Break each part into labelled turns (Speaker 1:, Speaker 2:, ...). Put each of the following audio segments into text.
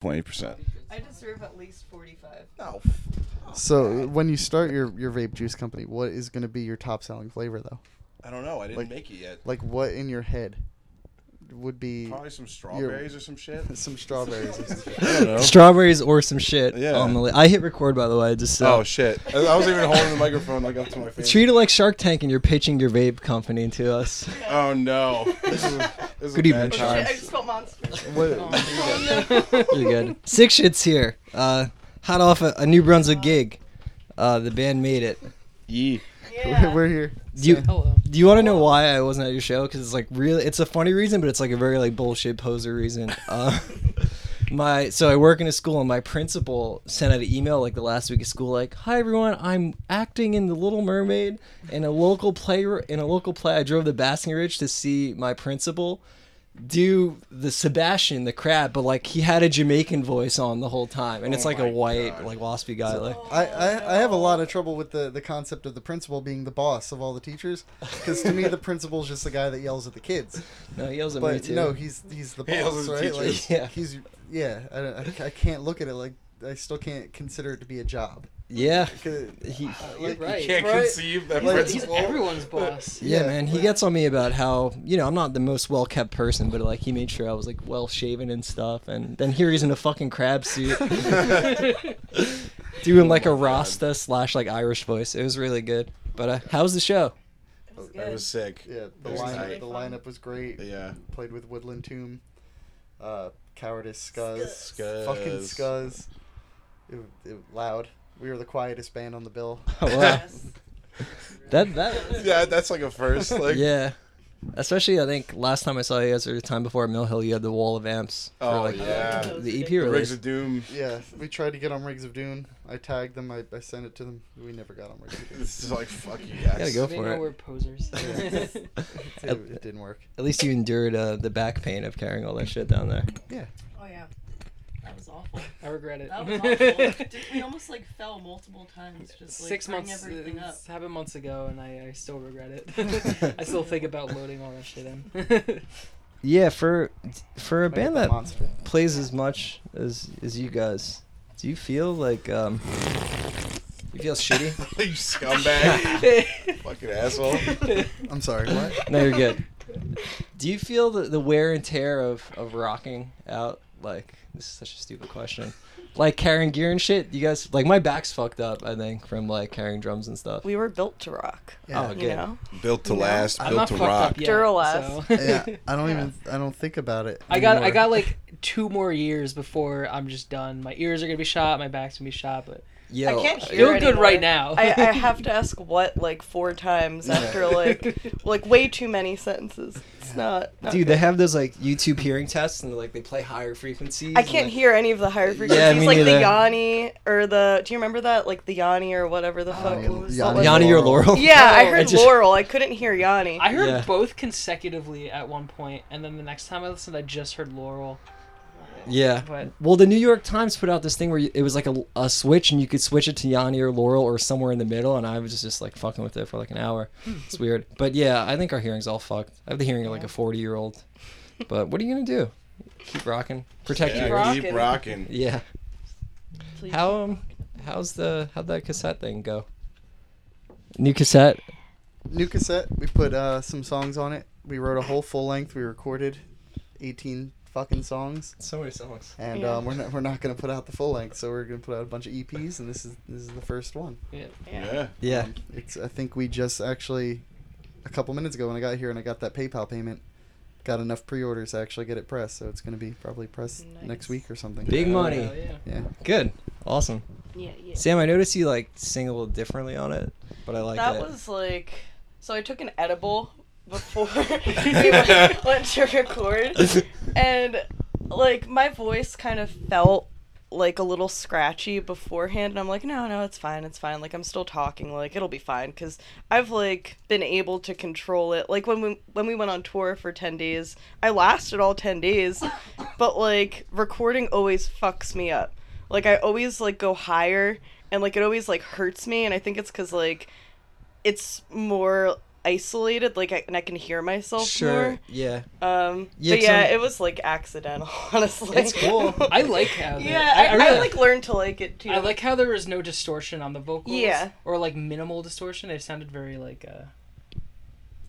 Speaker 1: twenty percent.
Speaker 2: I deserve at least 45.
Speaker 3: No.
Speaker 1: Oh,
Speaker 4: So uh, when you start your, your vape juice company, what is going to be your top selling flavor though?
Speaker 3: I don't know. I didn't
Speaker 4: Like-
Speaker 3: make it yet.
Speaker 4: Like what in your head would be
Speaker 1: Probably some strawberries or some shit.
Speaker 4: some strawberries? or something?
Speaker 1: I don't know.
Speaker 5: Strawberries or some shit.
Speaker 1: Yeah.
Speaker 5: On the li- I hit record by the way. Just so.
Speaker 1: Oh shit! I I was even holding the microphone like up to my face.
Speaker 5: Treat it like Shark Tank, and you're pitching your vape company to us.
Speaker 1: Oh no! This is a, this is
Speaker 5: Good
Speaker 1: a
Speaker 5: evening,
Speaker 1: bad
Speaker 2: Oh, shit,
Speaker 1: time.
Speaker 2: I just spelled monster.
Speaker 4: What-
Speaker 2: Oh, no.
Speaker 5: You're good. Six Shits here. Uh, hot off a, a New Brunswick gig. Uh, the band made it.
Speaker 1: Yee.
Speaker 2: Yeah.
Speaker 4: We're here.
Speaker 5: Do you
Speaker 6: Hello.
Speaker 5: do you want to know why I wasn't at your show? Because it's like really, it's a funny reason, but it's like a very like bullshit poser reason. Uh, my so I work in a school, and my principal sent out an email like the last week of school, like, "Hi everyone, I'm acting in The Little Mermaid in a local play. In a local play, I drove to Basking Ridge to see my principal." do the Sebastian the crab, but like he had a Jamaican voice on the whole time, and it's like a white like waspy guy. Like
Speaker 4: I, I, I have a lot of trouble with the, the concept of the principal being the boss of all the teachers because to me the principal's just the guy that yells at the kids
Speaker 5: no, he yells at me
Speaker 4: but
Speaker 5: too.
Speaker 4: no he's he's the boss
Speaker 1: yells at the
Speaker 4: right
Speaker 1: teachers.
Speaker 4: like,
Speaker 5: Yeah.
Speaker 4: he's yeah I, don't- I, I can't look at it like I still can't consider it to be a job
Speaker 5: yeah,
Speaker 4: 'Cause-
Speaker 5: he,
Speaker 6: You're right.
Speaker 1: You can't
Speaker 4: Right.
Speaker 1: conceive that
Speaker 4: Like-
Speaker 6: He's
Speaker 1: principle.
Speaker 6: everyone's boss.
Speaker 5: yeah,
Speaker 4: Yeah.
Speaker 5: man, he gets on me about how you know I'm not the most well kept person, but like he made sure I was like well shaven and stuff, and then here he's in a fucking crab suit doing like a Rasta slash like Irish voice. It was really good. But uh, how was the show?
Speaker 2: It was
Speaker 1: That
Speaker 2: good.
Speaker 1: was sick.
Speaker 4: yeah the
Speaker 1: It was
Speaker 4: lineup
Speaker 1: tight.
Speaker 4: the lineup was great
Speaker 1: Yeah.
Speaker 4: played with Woodland Tomb uh, Cowardice Scuzz
Speaker 1: Scuzz.
Speaker 4: fucking Scuzz it, it, loud we were the quietest band on the bill
Speaker 5: Oh, wow.
Speaker 2: Yes.
Speaker 5: that that
Speaker 1: Yeah, that's like a first. Like,
Speaker 5: yeah. Especially, I think last time I saw you guys or the time before at Mill Hill, you had the wall of amps. for,
Speaker 1: Oh,
Speaker 5: like,
Speaker 1: yeah.
Speaker 5: The EP
Speaker 1: the Rigs
Speaker 5: release.
Speaker 1: of Doom.
Speaker 4: Yeah, we tried to get on Rigs of Dune. I tagged them. I, I sent it to them. We never got on Rigs of Dune.
Speaker 1: This is like fuck you guys.
Speaker 5: Gotta go
Speaker 6: They
Speaker 5: for
Speaker 6: know
Speaker 5: it.
Speaker 6: we're posers.
Speaker 4: It, it didn't work.
Speaker 5: At least you endured uh, the back pain of carrying all that shit down there.
Speaker 4: Yeah.
Speaker 2: Oh, yeah. That was awful.
Speaker 6: I regret it.
Speaker 2: That was awful. Dude, we almost like fell multiple times. Just like
Speaker 6: Six
Speaker 2: bring
Speaker 6: months,
Speaker 2: everything
Speaker 6: uh,
Speaker 2: up.
Speaker 6: it's happened months ago, and I, I still regret it. I still think about loading all that shit in.
Speaker 5: Yeah, for for a
Speaker 4: I got
Speaker 5: band
Speaker 4: the
Speaker 5: that
Speaker 4: monster.
Speaker 5: plays as much as as you guys, do you feel like um you feel shitty?
Speaker 1: you scumbag. Fucking asshole.
Speaker 4: I'm sorry. What?
Speaker 5: No, you're good. Do you feel the, the wear and tear of of rocking out? Like this is such a stupid question. Like carrying gear and shit. You guys like my back's fucked up. I think from like carrying drums and stuff.
Speaker 7: We were built to rock.
Speaker 4: Yeah.
Speaker 5: Oh,
Speaker 7: You
Speaker 5: good.
Speaker 7: know?
Speaker 1: Built to last,
Speaker 6: I'm
Speaker 1: built
Speaker 6: not
Speaker 1: to
Speaker 6: fucked
Speaker 1: rock.
Speaker 6: up yet.
Speaker 7: Duralast.
Speaker 6: so-
Speaker 4: yeah. I don't even. I don't think about it.
Speaker 6: I got I
Speaker 4: anymore.
Speaker 6: got like two more years before I'm just done. My ears are gonna be shot, my back's gonna be shot, but
Speaker 5: Yo,
Speaker 7: I can't hear
Speaker 6: feeling good
Speaker 7: anymore.
Speaker 6: right now.
Speaker 7: I, I have to ask what like four times after like like way too many sentences. It's not, not
Speaker 5: Dude,
Speaker 7: good.
Speaker 5: they have those like YouTube hearing tests, and like they play higher frequencies.
Speaker 7: I
Speaker 5: and,
Speaker 7: can't
Speaker 5: like-
Speaker 7: hear any of the higher frequencies,
Speaker 5: me
Speaker 7: like
Speaker 5: neither.
Speaker 7: the Yanni or the. Do you remember that, like the Yanni or whatever the fuck?
Speaker 4: Yanni-
Speaker 7: was
Speaker 4: Yanni
Speaker 7: that?
Speaker 5: Oh, Yanni or Laurel.
Speaker 7: Yeah, I
Speaker 6: Oh.
Speaker 7: heard
Speaker 5: I just-
Speaker 7: Laurel. I couldn't hear Yanni.
Speaker 6: I heard
Speaker 5: Yeah.
Speaker 6: both consecutively at one point, and then the next time I listened, I just heard Laurel.
Speaker 5: Yeah.
Speaker 6: But
Speaker 5: Well, the New York Times put out this thing where you, it was like a, a switch, and you could switch it to Yanni or Laurel or somewhere in the middle, and I was just, just like fucking with it for like an hour. It's weird, but yeah, I think our hearing's all fucked. I have the hearing of like a forty year old, but what are you gonna do? Keep rocking, protect
Speaker 1: Yeah,
Speaker 5: your
Speaker 6: rock-
Speaker 1: keep
Speaker 6: rocking.
Speaker 1: rocking.
Speaker 5: yeah. How um, how's the how'd that cassette thing go? New cassette.
Speaker 4: new cassette. We put uh, some songs on it. We wrote a whole full length. We recorded 18 fucking songs,
Speaker 5: So many songs.
Speaker 4: and
Speaker 7: Yeah.
Speaker 4: um, we're not, we're not gonna put out the full length. So we're gonna put out a bunch of EPs, and this is this is the first one. Um,
Speaker 1: Yeah.
Speaker 5: Yeah.
Speaker 4: It's. I think we just actually, a couple minutes ago when I got here and I got that PayPal payment, got enough pre-orders to actually get it pressed. So it's going to be probably pressed next
Speaker 7: Nice.
Speaker 4: week or something.
Speaker 5: Big money.
Speaker 6: Oh, yeah.
Speaker 4: Yeah.
Speaker 5: Good. Awesome.
Speaker 7: Yeah, yeah.
Speaker 5: Sam, I noticed you like sing a little differently on it, but I like
Speaker 7: that
Speaker 5: it.
Speaker 7: was like so i took an edible before we went, went to record and like my voice kind of felt like a little scratchy beforehand and i'm like no no it's fine it's fine like i'm still talking like it'll be fine because i've like been able to control it like when we when we went on tour for 10 days i lasted all 10 days but like recording always fucks me up like i always like go higher and like it always like hurts me and i think it's because like it's more isolated, like, I, and I can hear myself
Speaker 5: Sure. Yeah.
Speaker 7: more. Um,
Speaker 5: Yeah,
Speaker 7: but
Speaker 5: 'cause
Speaker 7: yeah,
Speaker 5: I'm-
Speaker 7: it was like accidental, honestly.
Speaker 5: That's cool.
Speaker 6: I like how. they-
Speaker 7: yeah, I, I,
Speaker 6: really,
Speaker 7: like learned to like it too.
Speaker 6: I like how there was no distortion on the vocals.
Speaker 7: Yeah.
Speaker 6: Or like minimal distortion. It sounded very like uh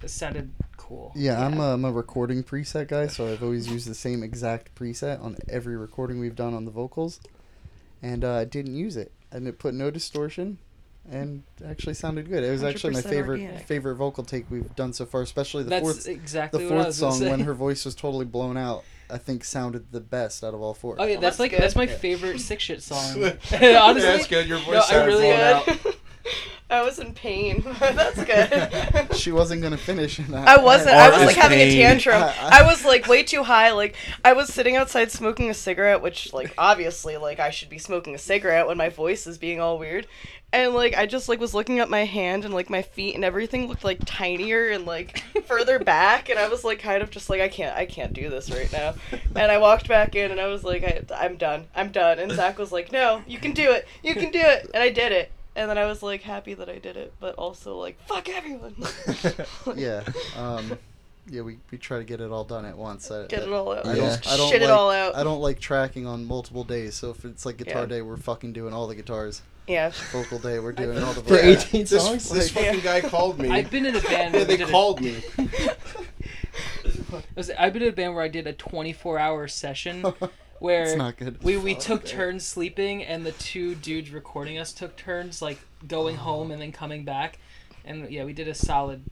Speaker 6: it sounded cool.
Speaker 4: Yeah, I'm a, I'm a recording preset guy, so I've always used the same exact preset on every recording we've done on the vocals, and uh, I didn't use it, and it put no distortion, and actually sounded good. It was actually my
Speaker 7: 100%
Speaker 4: favorite
Speaker 7: organic.
Speaker 4: favorite vocal take we've done so far, especially the
Speaker 6: That's
Speaker 4: fourth
Speaker 6: exactly
Speaker 4: the
Speaker 6: what I
Speaker 4: fourth
Speaker 6: was gonna
Speaker 4: song
Speaker 6: say.
Speaker 4: when her voice was totally blown out. I think sounded the best out of all four.
Speaker 6: Oh yeah,
Speaker 7: Well,
Speaker 6: that's
Speaker 7: that's
Speaker 6: like
Speaker 7: good.
Speaker 6: that's my favorite six shit song.
Speaker 1: Yeah,
Speaker 6: Honestly,
Speaker 1: that's good. Your voice
Speaker 6: I
Speaker 1: sounded
Speaker 6: really-
Speaker 1: blown out.
Speaker 7: good. I was in pain. That's good.
Speaker 4: She wasn't gonna finish. And
Speaker 7: I wasn't.
Speaker 1: Or
Speaker 7: I was
Speaker 1: is
Speaker 7: like having a
Speaker 1: pain.
Speaker 7: tantrum.
Speaker 4: I- I-
Speaker 7: I was like way too high. Like I was sitting outside smoking a cigarette, which like obviously like I should be smoking a cigarette when my voice is being all weird. And like I just like was looking at my hand and like my feet and everything looked like tinier and like further back and I was like kind of just like I can't I can't do this right now. And I walked back in and I was like I, I'm done I'm done and Zach was like no you can do it you can do it and I did it and then I was like happy that I did it but also like fuck everyone.
Speaker 4: Yeah. Um, yeah, we, we try to get it all done at once. I,
Speaker 7: Get it all out.
Speaker 4: I
Speaker 5: Yeah.
Speaker 4: don't, I don't
Speaker 7: Shit it
Speaker 4: like,
Speaker 7: all out.
Speaker 4: I don't like tracking on multiple days. So if it's like guitar
Speaker 7: Yeah.
Speaker 4: day, we're fucking doing all the guitars.
Speaker 7: Yeah.
Speaker 4: Vocal day, we're doing all the
Speaker 5: For
Speaker 4: vocals.
Speaker 5: 18
Speaker 1: This,
Speaker 5: songs?
Speaker 1: this
Speaker 4: Like-
Speaker 1: fucking guy called me.
Speaker 6: I've been in a band.
Speaker 1: yeah,
Speaker 6: where we
Speaker 1: they
Speaker 6: did a-
Speaker 1: called me.
Speaker 6: I was- I've been in a band where I did a 24 hour session where
Speaker 4: it's not good.
Speaker 6: we
Speaker 7: Oh,
Speaker 6: we took
Speaker 1: Okay.
Speaker 6: turns sleeping, and the two dudes recording us took turns like going
Speaker 4: Oh.
Speaker 6: home and then coming back, and yeah, we did a solid.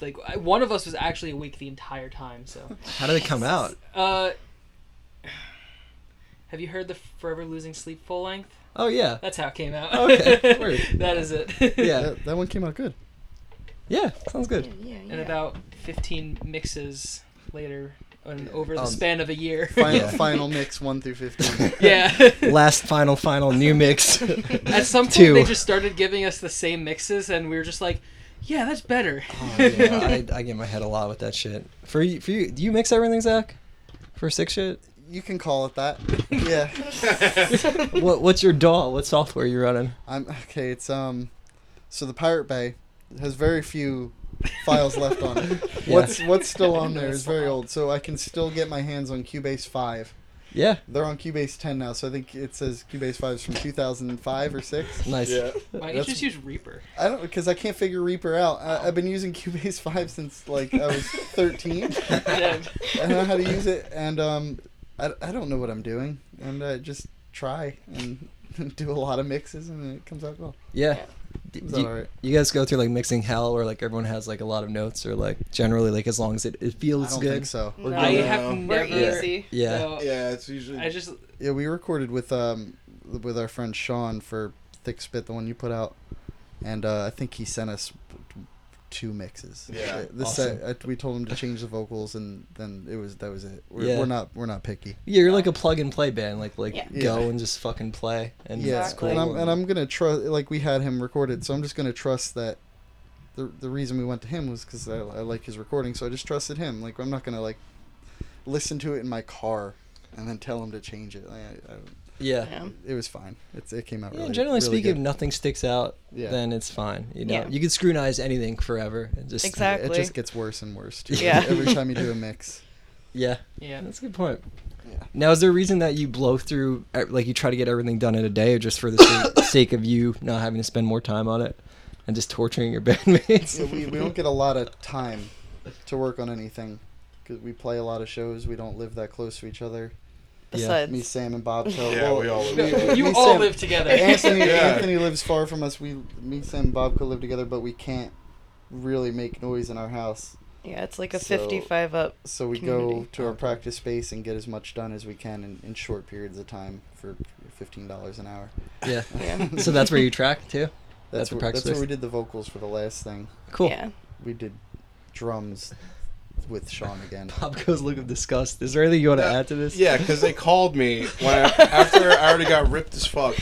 Speaker 6: Like I- one of us was actually awake the entire time. So,
Speaker 5: How did it come out?
Speaker 6: uh, have you heard the Forever Losing Sleep full length?
Speaker 5: Oh yeah.
Speaker 6: That's how it came out.
Speaker 5: Okay, word.
Speaker 6: that is it.
Speaker 5: Yeah.
Speaker 4: That, that one came out good.
Speaker 5: Yeah. Sounds good.
Speaker 7: Yeah,
Speaker 6: And about 15 mixes later, and over the
Speaker 5: Um,
Speaker 6: span of a year.
Speaker 4: Final,
Speaker 5: Yeah.
Speaker 4: final mix one through fifteen.
Speaker 6: yeah.
Speaker 5: Last final final new mix.
Speaker 6: At some point,
Speaker 5: Two.
Speaker 6: they just started giving us the same mixes, and we were just like, "Yeah, that's better."
Speaker 5: Oh, yeah, I, I get in my head a lot with that shit. For you, for you, do you mix everything, Zach? For six shit.
Speaker 4: You can call it that. Yeah.
Speaker 5: What What's your DAW? What software you running?
Speaker 4: I'm okay. It's um, so the Pirate Bay has very few files left on it.
Speaker 5: Yeah.
Speaker 4: What's what's still on there is very old, so I can still get my hands on Cubase five.
Speaker 5: Yeah,
Speaker 4: They're on Cubase 10 now, so I think it says Cubase 5 is from 2005 or 6.
Speaker 5: nice.
Speaker 1: Yeah.
Speaker 6: Why don't you
Speaker 4: That's-
Speaker 6: just use Reaper?
Speaker 4: I don't because I can't figure Reaper out. I, I've been using Cubase 5 since like I was 13.
Speaker 6: Yeah.
Speaker 4: I know how to use it, and um, I, I don't know what I'm doing, and I just try and do a lot of mixes, and it comes out well.
Speaker 5: Yeah. D-
Speaker 4: It's
Speaker 5: do you,
Speaker 4: alright.
Speaker 5: you guys go through like mixing hell, where like everyone has like a lot of notes, or like generally like as long as it, it
Speaker 4: I
Speaker 5: feels
Speaker 4: don't
Speaker 5: good.
Speaker 4: think so.
Speaker 7: We're
Speaker 6: I
Speaker 7: good.
Speaker 6: have
Speaker 7: We're
Speaker 6: never.
Speaker 7: easy.
Speaker 5: Yeah.
Speaker 6: so
Speaker 1: Yeah, it's usually.
Speaker 6: I just
Speaker 4: Yeah, we recorded with um with our friend Sean for Thick Spit, the one you put out, and uh, I think he sent us two mixes.
Speaker 1: Yeah.
Speaker 4: Uh, this
Speaker 5: Awesome.
Speaker 4: uh, we told him to change the vocals, and then it was that was it. We're,
Speaker 5: Yeah.
Speaker 4: we're not we're not picky.
Speaker 5: Yeah, you're like a plug and play band. Like like
Speaker 7: Yeah.
Speaker 5: go
Speaker 4: Yeah.
Speaker 5: and just fucking play, and
Speaker 4: yeah,
Speaker 5: it's cool.
Speaker 4: and I'm and I'm gonna trust like we had him recorded, so I'm just gonna trust that. The, the reason we went to him was because I, I like his recording, so I just trusted him. Like I'm not gonna like listen to it in my car and then tell him to change it. Like, I, I,
Speaker 5: yeah.
Speaker 7: Yeah.
Speaker 4: it was fine. It's, it came out
Speaker 5: Um, Yeah,
Speaker 4: really.
Speaker 5: generally
Speaker 4: really
Speaker 5: speaking,
Speaker 4: good.
Speaker 5: if nothing sticks out,
Speaker 4: Yeah.
Speaker 5: then it's fine. You know,
Speaker 7: Yeah.
Speaker 5: you could scrutinize anything forever and just
Speaker 7: Exact-
Speaker 4: It
Speaker 7: Exactly.
Speaker 4: just gets worse and worse. Too.
Speaker 7: Yeah.
Speaker 4: Every time you do a mix.
Speaker 5: yeah.
Speaker 6: yeah.
Speaker 5: That's a good point.
Speaker 4: Yeah.
Speaker 5: Now, is there a reason that you blow through, e- like you try to get everything done in a day, or just for the sake, sake of you not having to spend more time on it and just torturing your bandmates?
Speaker 4: So we, we don't get a lot of time to work on anything because we play a lot of shows. We don't live that close to each other.
Speaker 7: Besides,
Speaker 4: Me, Sam, and Bob. So
Speaker 1: Oh, Yeah,
Speaker 4: well,
Speaker 1: we all live
Speaker 4: me-
Speaker 1: together.
Speaker 6: You
Speaker 4: me,
Speaker 6: all
Speaker 4: Sam-
Speaker 6: live together.
Speaker 4: Anthony,
Speaker 1: Yeah.
Speaker 4: Anthony lives far from us. We, me, Sam, and Bob could live together, but we can't really make noise in our house.
Speaker 7: yeah, it's like a
Speaker 4: So-
Speaker 7: 55 up.
Speaker 4: So we go
Speaker 7: Community.
Speaker 4: to our practice space and get as much done as we can in, in short periods of time for fifteen dollars an hour.
Speaker 5: Yeah.
Speaker 7: Yeah.
Speaker 5: So that's where you track too.
Speaker 4: That's
Speaker 5: That's the
Speaker 4: where,
Speaker 5: practice
Speaker 4: that's where
Speaker 5: space.
Speaker 4: we did the vocals for the last thing.
Speaker 5: Cool.
Speaker 7: Yeah.
Speaker 4: We did drums with Sean again.
Speaker 5: Bob goes look of disgust. Is there anything you want to
Speaker 1: Yeah.
Speaker 5: add to this?
Speaker 1: Yeah, because they called me when I, after I already got ripped as fuck.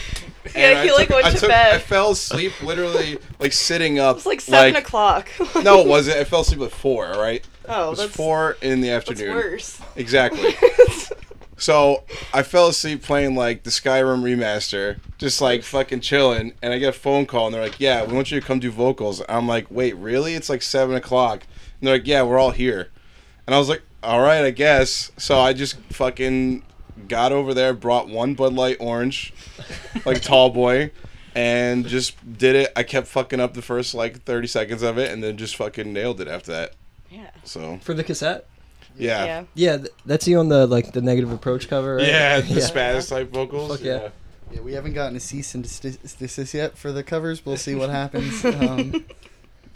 Speaker 1: And
Speaker 7: Yeah, he,
Speaker 1: I
Speaker 7: like,
Speaker 1: took-
Speaker 7: went
Speaker 1: I
Speaker 7: to
Speaker 1: took-
Speaker 7: bed.
Speaker 1: I fell asleep literally like sitting up.
Speaker 7: It's like 7 o'clock.
Speaker 1: No, it wasn't. I fell asleep at four. All right, it
Speaker 7: Oh,
Speaker 1: was
Speaker 7: that's,
Speaker 1: four in the
Speaker 7: that's
Speaker 1: afternoon.
Speaker 7: worse.
Speaker 1: Exactly. So I fell asleep playing like the Skyrim remaster, just like fucking chilling, and I get a phone call and they're like, "Yeah, we want you to come do vocals." I'm like, "Wait, really? It's like seven o'clock." And they're like, "Yeah, we're all here," and I was like, "All right, I guess." So I just fucking got over there, brought one Bud Light orange, like tall boy. And just did it. I kept fucking up the first like 30 seconds of it and then just fucking nailed it after that.
Speaker 7: Yeah.
Speaker 1: So,
Speaker 5: for the cassette.
Speaker 1: yeah.
Speaker 7: Yeah.
Speaker 5: Yeah, th- that's you on the like the negative approach cover. Right?
Speaker 1: Yeah, the
Speaker 5: yeah.
Speaker 1: spaz type vocals.
Speaker 5: Fuck yeah.
Speaker 4: Yeah, we haven't gotten a cease and desist, desist yet for the covers. We'll see what happens. Um,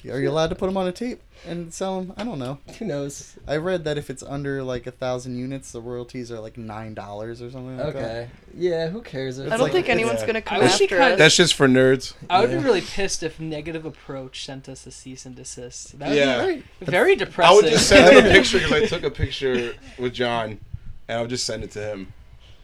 Speaker 4: are you allowed to put them on a tape and sell them? I don't know.
Speaker 5: Who knows?
Speaker 4: I read that if it's under like a thousand units, the royalties are like nine dollars or something. Like That.
Speaker 5: Okay. Yeah, who cares?
Speaker 4: It's
Speaker 7: I don't
Speaker 4: like-
Speaker 7: think anyone's
Speaker 1: yeah.
Speaker 7: gonna come
Speaker 6: wish he
Speaker 7: after
Speaker 6: cut-
Speaker 7: us.
Speaker 1: That's just for nerds.
Speaker 6: I would
Speaker 5: Yeah.
Speaker 6: be really pissed if Negative Approach sent us a cease and desist. That would
Speaker 1: Yeah.
Speaker 6: be very, very
Speaker 1: I
Speaker 6: depressing.
Speaker 1: would just send him a picture because I took a picture with John, and I would just send it to him.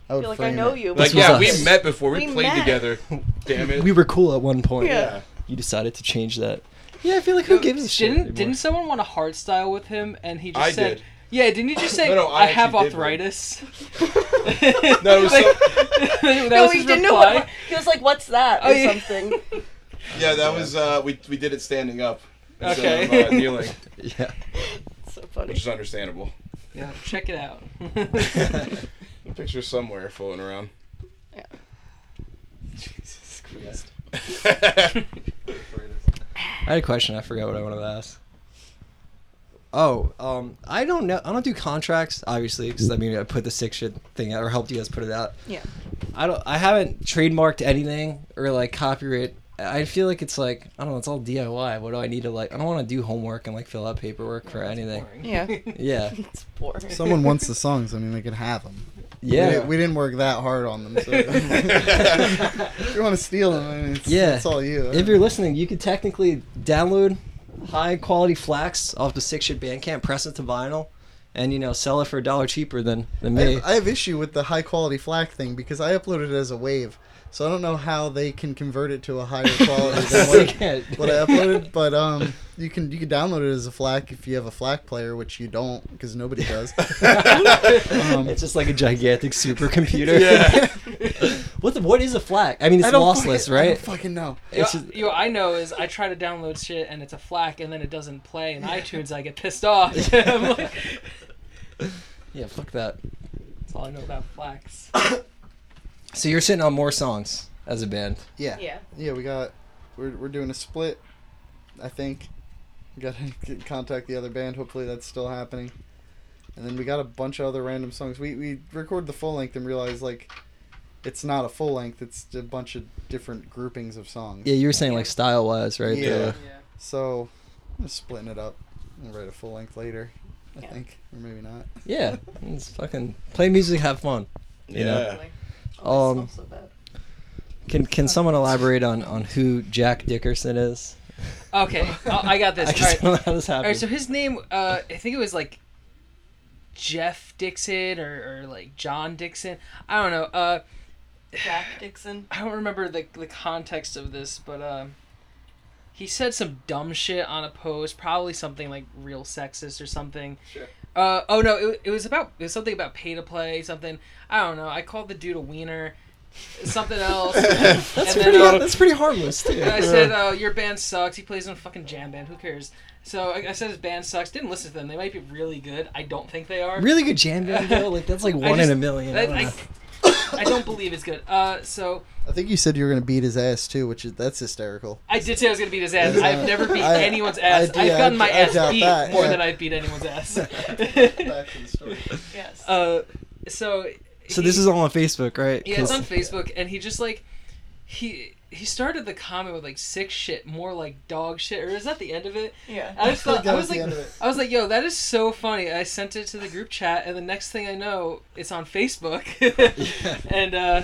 Speaker 4: I would
Speaker 7: You're like, I
Speaker 4: frame
Speaker 7: know
Speaker 4: it.
Speaker 7: you.
Speaker 1: Like,
Speaker 5: was
Speaker 1: yeah,
Speaker 5: us.
Speaker 1: we met before. We,
Speaker 7: We
Speaker 1: played
Speaker 7: met.
Speaker 1: together. Damn it.
Speaker 5: We were cool at one point.
Speaker 7: Yeah.
Speaker 1: yeah.
Speaker 5: You decided to change that. Yeah, I feel like who gives a shit?
Speaker 6: didn't
Speaker 5: anymore?
Speaker 6: didn't someone want a hard style with him and he just
Speaker 1: I
Speaker 6: said
Speaker 1: did.
Speaker 6: yeah didn't you just say
Speaker 1: No, no, I
Speaker 6: I, have
Speaker 1: actually did one.
Speaker 6: arthritis
Speaker 1: No, it was
Speaker 6: Like,
Speaker 1: so-
Speaker 6: that
Speaker 7: no,
Speaker 6: was
Speaker 7: he
Speaker 6: his
Speaker 7: didn't know
Speaker 6: reply
Speaker 7: what. He was like, "What's that?" or
Speaker 6: Oh, yeah.
Speaker 7: something.
Speaker 1: Yeah, that was uh, we we did it standing up. instead
Speaker 6: Okay.
Speaker 1: Of, uh, kneeling,
Speaker 5: Yeah.
Speaker 7: so
Speaker 1: which
Speaker 7: funny.
Speaker 1: is understandable.
Speaker 6: yeah check it out
Speaker 1: Picture somewhere floating around.
Speaker 4: Jesus Christ.
Speaker 5: I had a question. I forgot what I wanted to ask. Oh, um, I don't know. I don't do contracts, obviously, because I mean, I put the sick shit thing out or helped you guys put it out.
Speaker 7: Yeah.
Speaker 5: I don't. I haven't trademarked anything or like copyright. I feel like it's like I don't know. It's all DIY. What do I need to like? I don't want to do homework and like fill out paperwork for anything.
Speaker 7: Yeah.
Speaker 5: Yeah.
Speaker 7: It's boring.
Speaker 4: Someone wants the songs. I mean, they could have them.
Speaker 5: Yeah.
Speaker 4: We, we didn't work that hard on them. So if you want to steal them, I mean, it's,
Speaker 5: Yeah.
Speaker 4: it's all you.
Speaker 5: If you're listening, you could technically download high quality flax off the Six Shit Bandcamp, press it to vinyl, and you know sell it for a dollar cheaper than than
Speaker 4: I
Speaker 5: me.
Speaker 4: have, I have issue with the high quality FLAC thing because I uploaded it as a wave, so I don't know how they can convert it to a higher quality than
Speaker 5: They
Speaker 4: what,
Speaker 5: can't.
Speaker 4: what I uploaded. But um, you can you can download it as a FLAC if you have a FLAC player, which you don't because nobody does. Um,
Speaker 5: It's just like a gigantic supercomputer.
Speaker 1: Yeah.
Speaker 5: what the, what is a flac? I mean, it's
Speaker 4: I don't
Speaker 5: lossless,
Speaker 4: fucking- I
Speaker 5: right?
Speaker 4: don't fucking know.
Speaker 5: It's
Speaker 6: you,
Speaker 5: just-
Speaker 6: you know, what I know is I try to download shit and it's a FLAC and then it doesn't play in iTunes. I get pissed off. I'm like,
Speaker 5: yeah, fuck that.
Speaker 6: That's all I know about FLACs.
Speaker 5: So you're sitting on more songs as a band.
Speaker 4: Yeah.
Speaker 7: Yeah.
Speaker 4: Yeah, we got we're we're doing a split, I think. We got to contact the other band. Hopefully that's still happening. And then we got a bunch of other random songs. We we record the full length and realize like it's not a full length. It's a bunch of different groupings of songs.
Speaker 5: Yeah, you were saying like style wise, right?
Speaker 4: Yeah.
Speaker 5: The-
Speaker 4: So I'm just splitting it up and write a full length later. I
Speaker 7: Yeah.
Speaker 4: think, or maybe not.
Speaker 5: yeah. It's fucking play music, have fun. You know?
Speaker 1: yeah.
Speaker 7: Oh,
Speaker 5: Um,
Speaker 7: this smells so bad.
Speaker 5: Can can someone elaborate on on who Jack Dickerson is?
Speaker 6: Okay, I I got this.
Speaker 5: I just
Speaker 6: all
Speaker 5: don't
Speaker 6: right.
Speaker 5: know how this
Speaker 6: All right,
Speaker 5: happened.
Speaker 6: so his name, uh, I think it was like Jeff Dixon or, or like John Dixon. I don't know. Uh,
Speaker 7: Jack Dixon.
Speaker 6: I don't remember the the context of this, but um, he said some dumb shit on a post, probably something like real sexist or something.
Speaker 1: Sure.
Speaker 6: Uh, oh no, it, it was about it was something about pay to play, something I don't know. I called the dude a wiener, something else.
Speaker 5: that's
Speaker 6: and
Speaker 5: pretty.
Speaker 6: then, uh,
Speaker 5: that's pretty harmless too.
Speaker 6: I said uh, your band sucks. He plays in a fucking jam band. Who cares? So I, I said his band sucks. Didn't listen to them. They might be really good. I don't think they are.
Speaker 5: really good jam band though. Like that's like
Speaker 6: I
Speaker 5: one
Speaker 6: just-
Speaker 5: in a million. I don't
Speaker 6: I,
Speaker 5: know.
Speaker 6: I, I don't believe it's good. Uh, so
Speaker 4: I think you said you were gonna beat his ass too, which is that's hysterical.
Speaker 6: I did say I was gonna beat his ass. I've never beat
Speaker 4: I-
Speaker 6: anyone's ass.
Speaker 4: I-
Speaker 6: I,
Speaker 4: yeah,
Speaker 6: have gotten my
Speaker 4: I- I
Speaker 6: ass
Speaker 4: doubt
Speaker 6: beat
Speaker 4: that,
Speaker 6: more
Speaker 4: yeah.
Speaker 6: than I've beat anyone's ass.
Speaker 4: Back to the story.
Speaker 7: Yes.
Speaker 6: uh, so.
Speaker 5: so this
Speaker 6: he-
Speaker 5: is all on Facebook, right?
Speaker 6: Yeah, it's
Speaker 5: 'Cause-
Speaker 6: on Facebook, and he just like he he started the comment with like sick shit, more like dog shit, or is that the end of it?
Speaker 7: yeah.
Speaker 6: I just thought
Speaker 4: That
Speaker 6: I
Speaker 4: was
Speaker 6: was
Speaker 4: the
Speaker 6: like
Speaker 4: end of it.
Speaker 6: I was like, yo, that is so funny. I sent it to the group chat, and the next thing I know, it's on Facebook, and uh,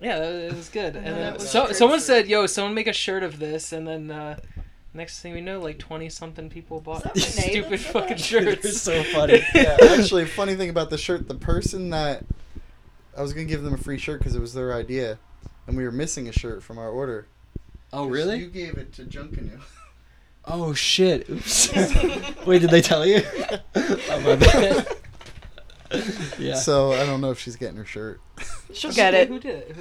Speaker 6: yeah, that was, it was good. And
Speaker 7: that
Speaker 6: then
Speaker 7: was
Speaker 6: so,
Speaker 7: true.
Speaker 6: someone said, yo, someone make a shirt of this, and then uh, next thing we know, like twenty something people bought
Speaker 7: that
Speaker 6: these
Speaker 7: Renee that
Speaker 6: stupid
Speaker 7: said
Speaker 6: fucking
Speaker 7: that?
Speaker 6: shirts.
Speaker 5: It's so funny.
Speaker 4: yeah, actually, funny thing about the shirt, the person that I was gonna give them a free shirt because it was their idea, and we were missing a shirt from our order.
Speaker 5: Oh really?
Speaker 4: You gave it to Junkanoo.
Speaker 5: Oh shit! Oops. Wait, did they tell you? oh my Oh, bad. yeah.
Speaker 4: So I don't know if she's getting her shirt.
Speaker 7: She'll get it.
Speaker 6: Who did it?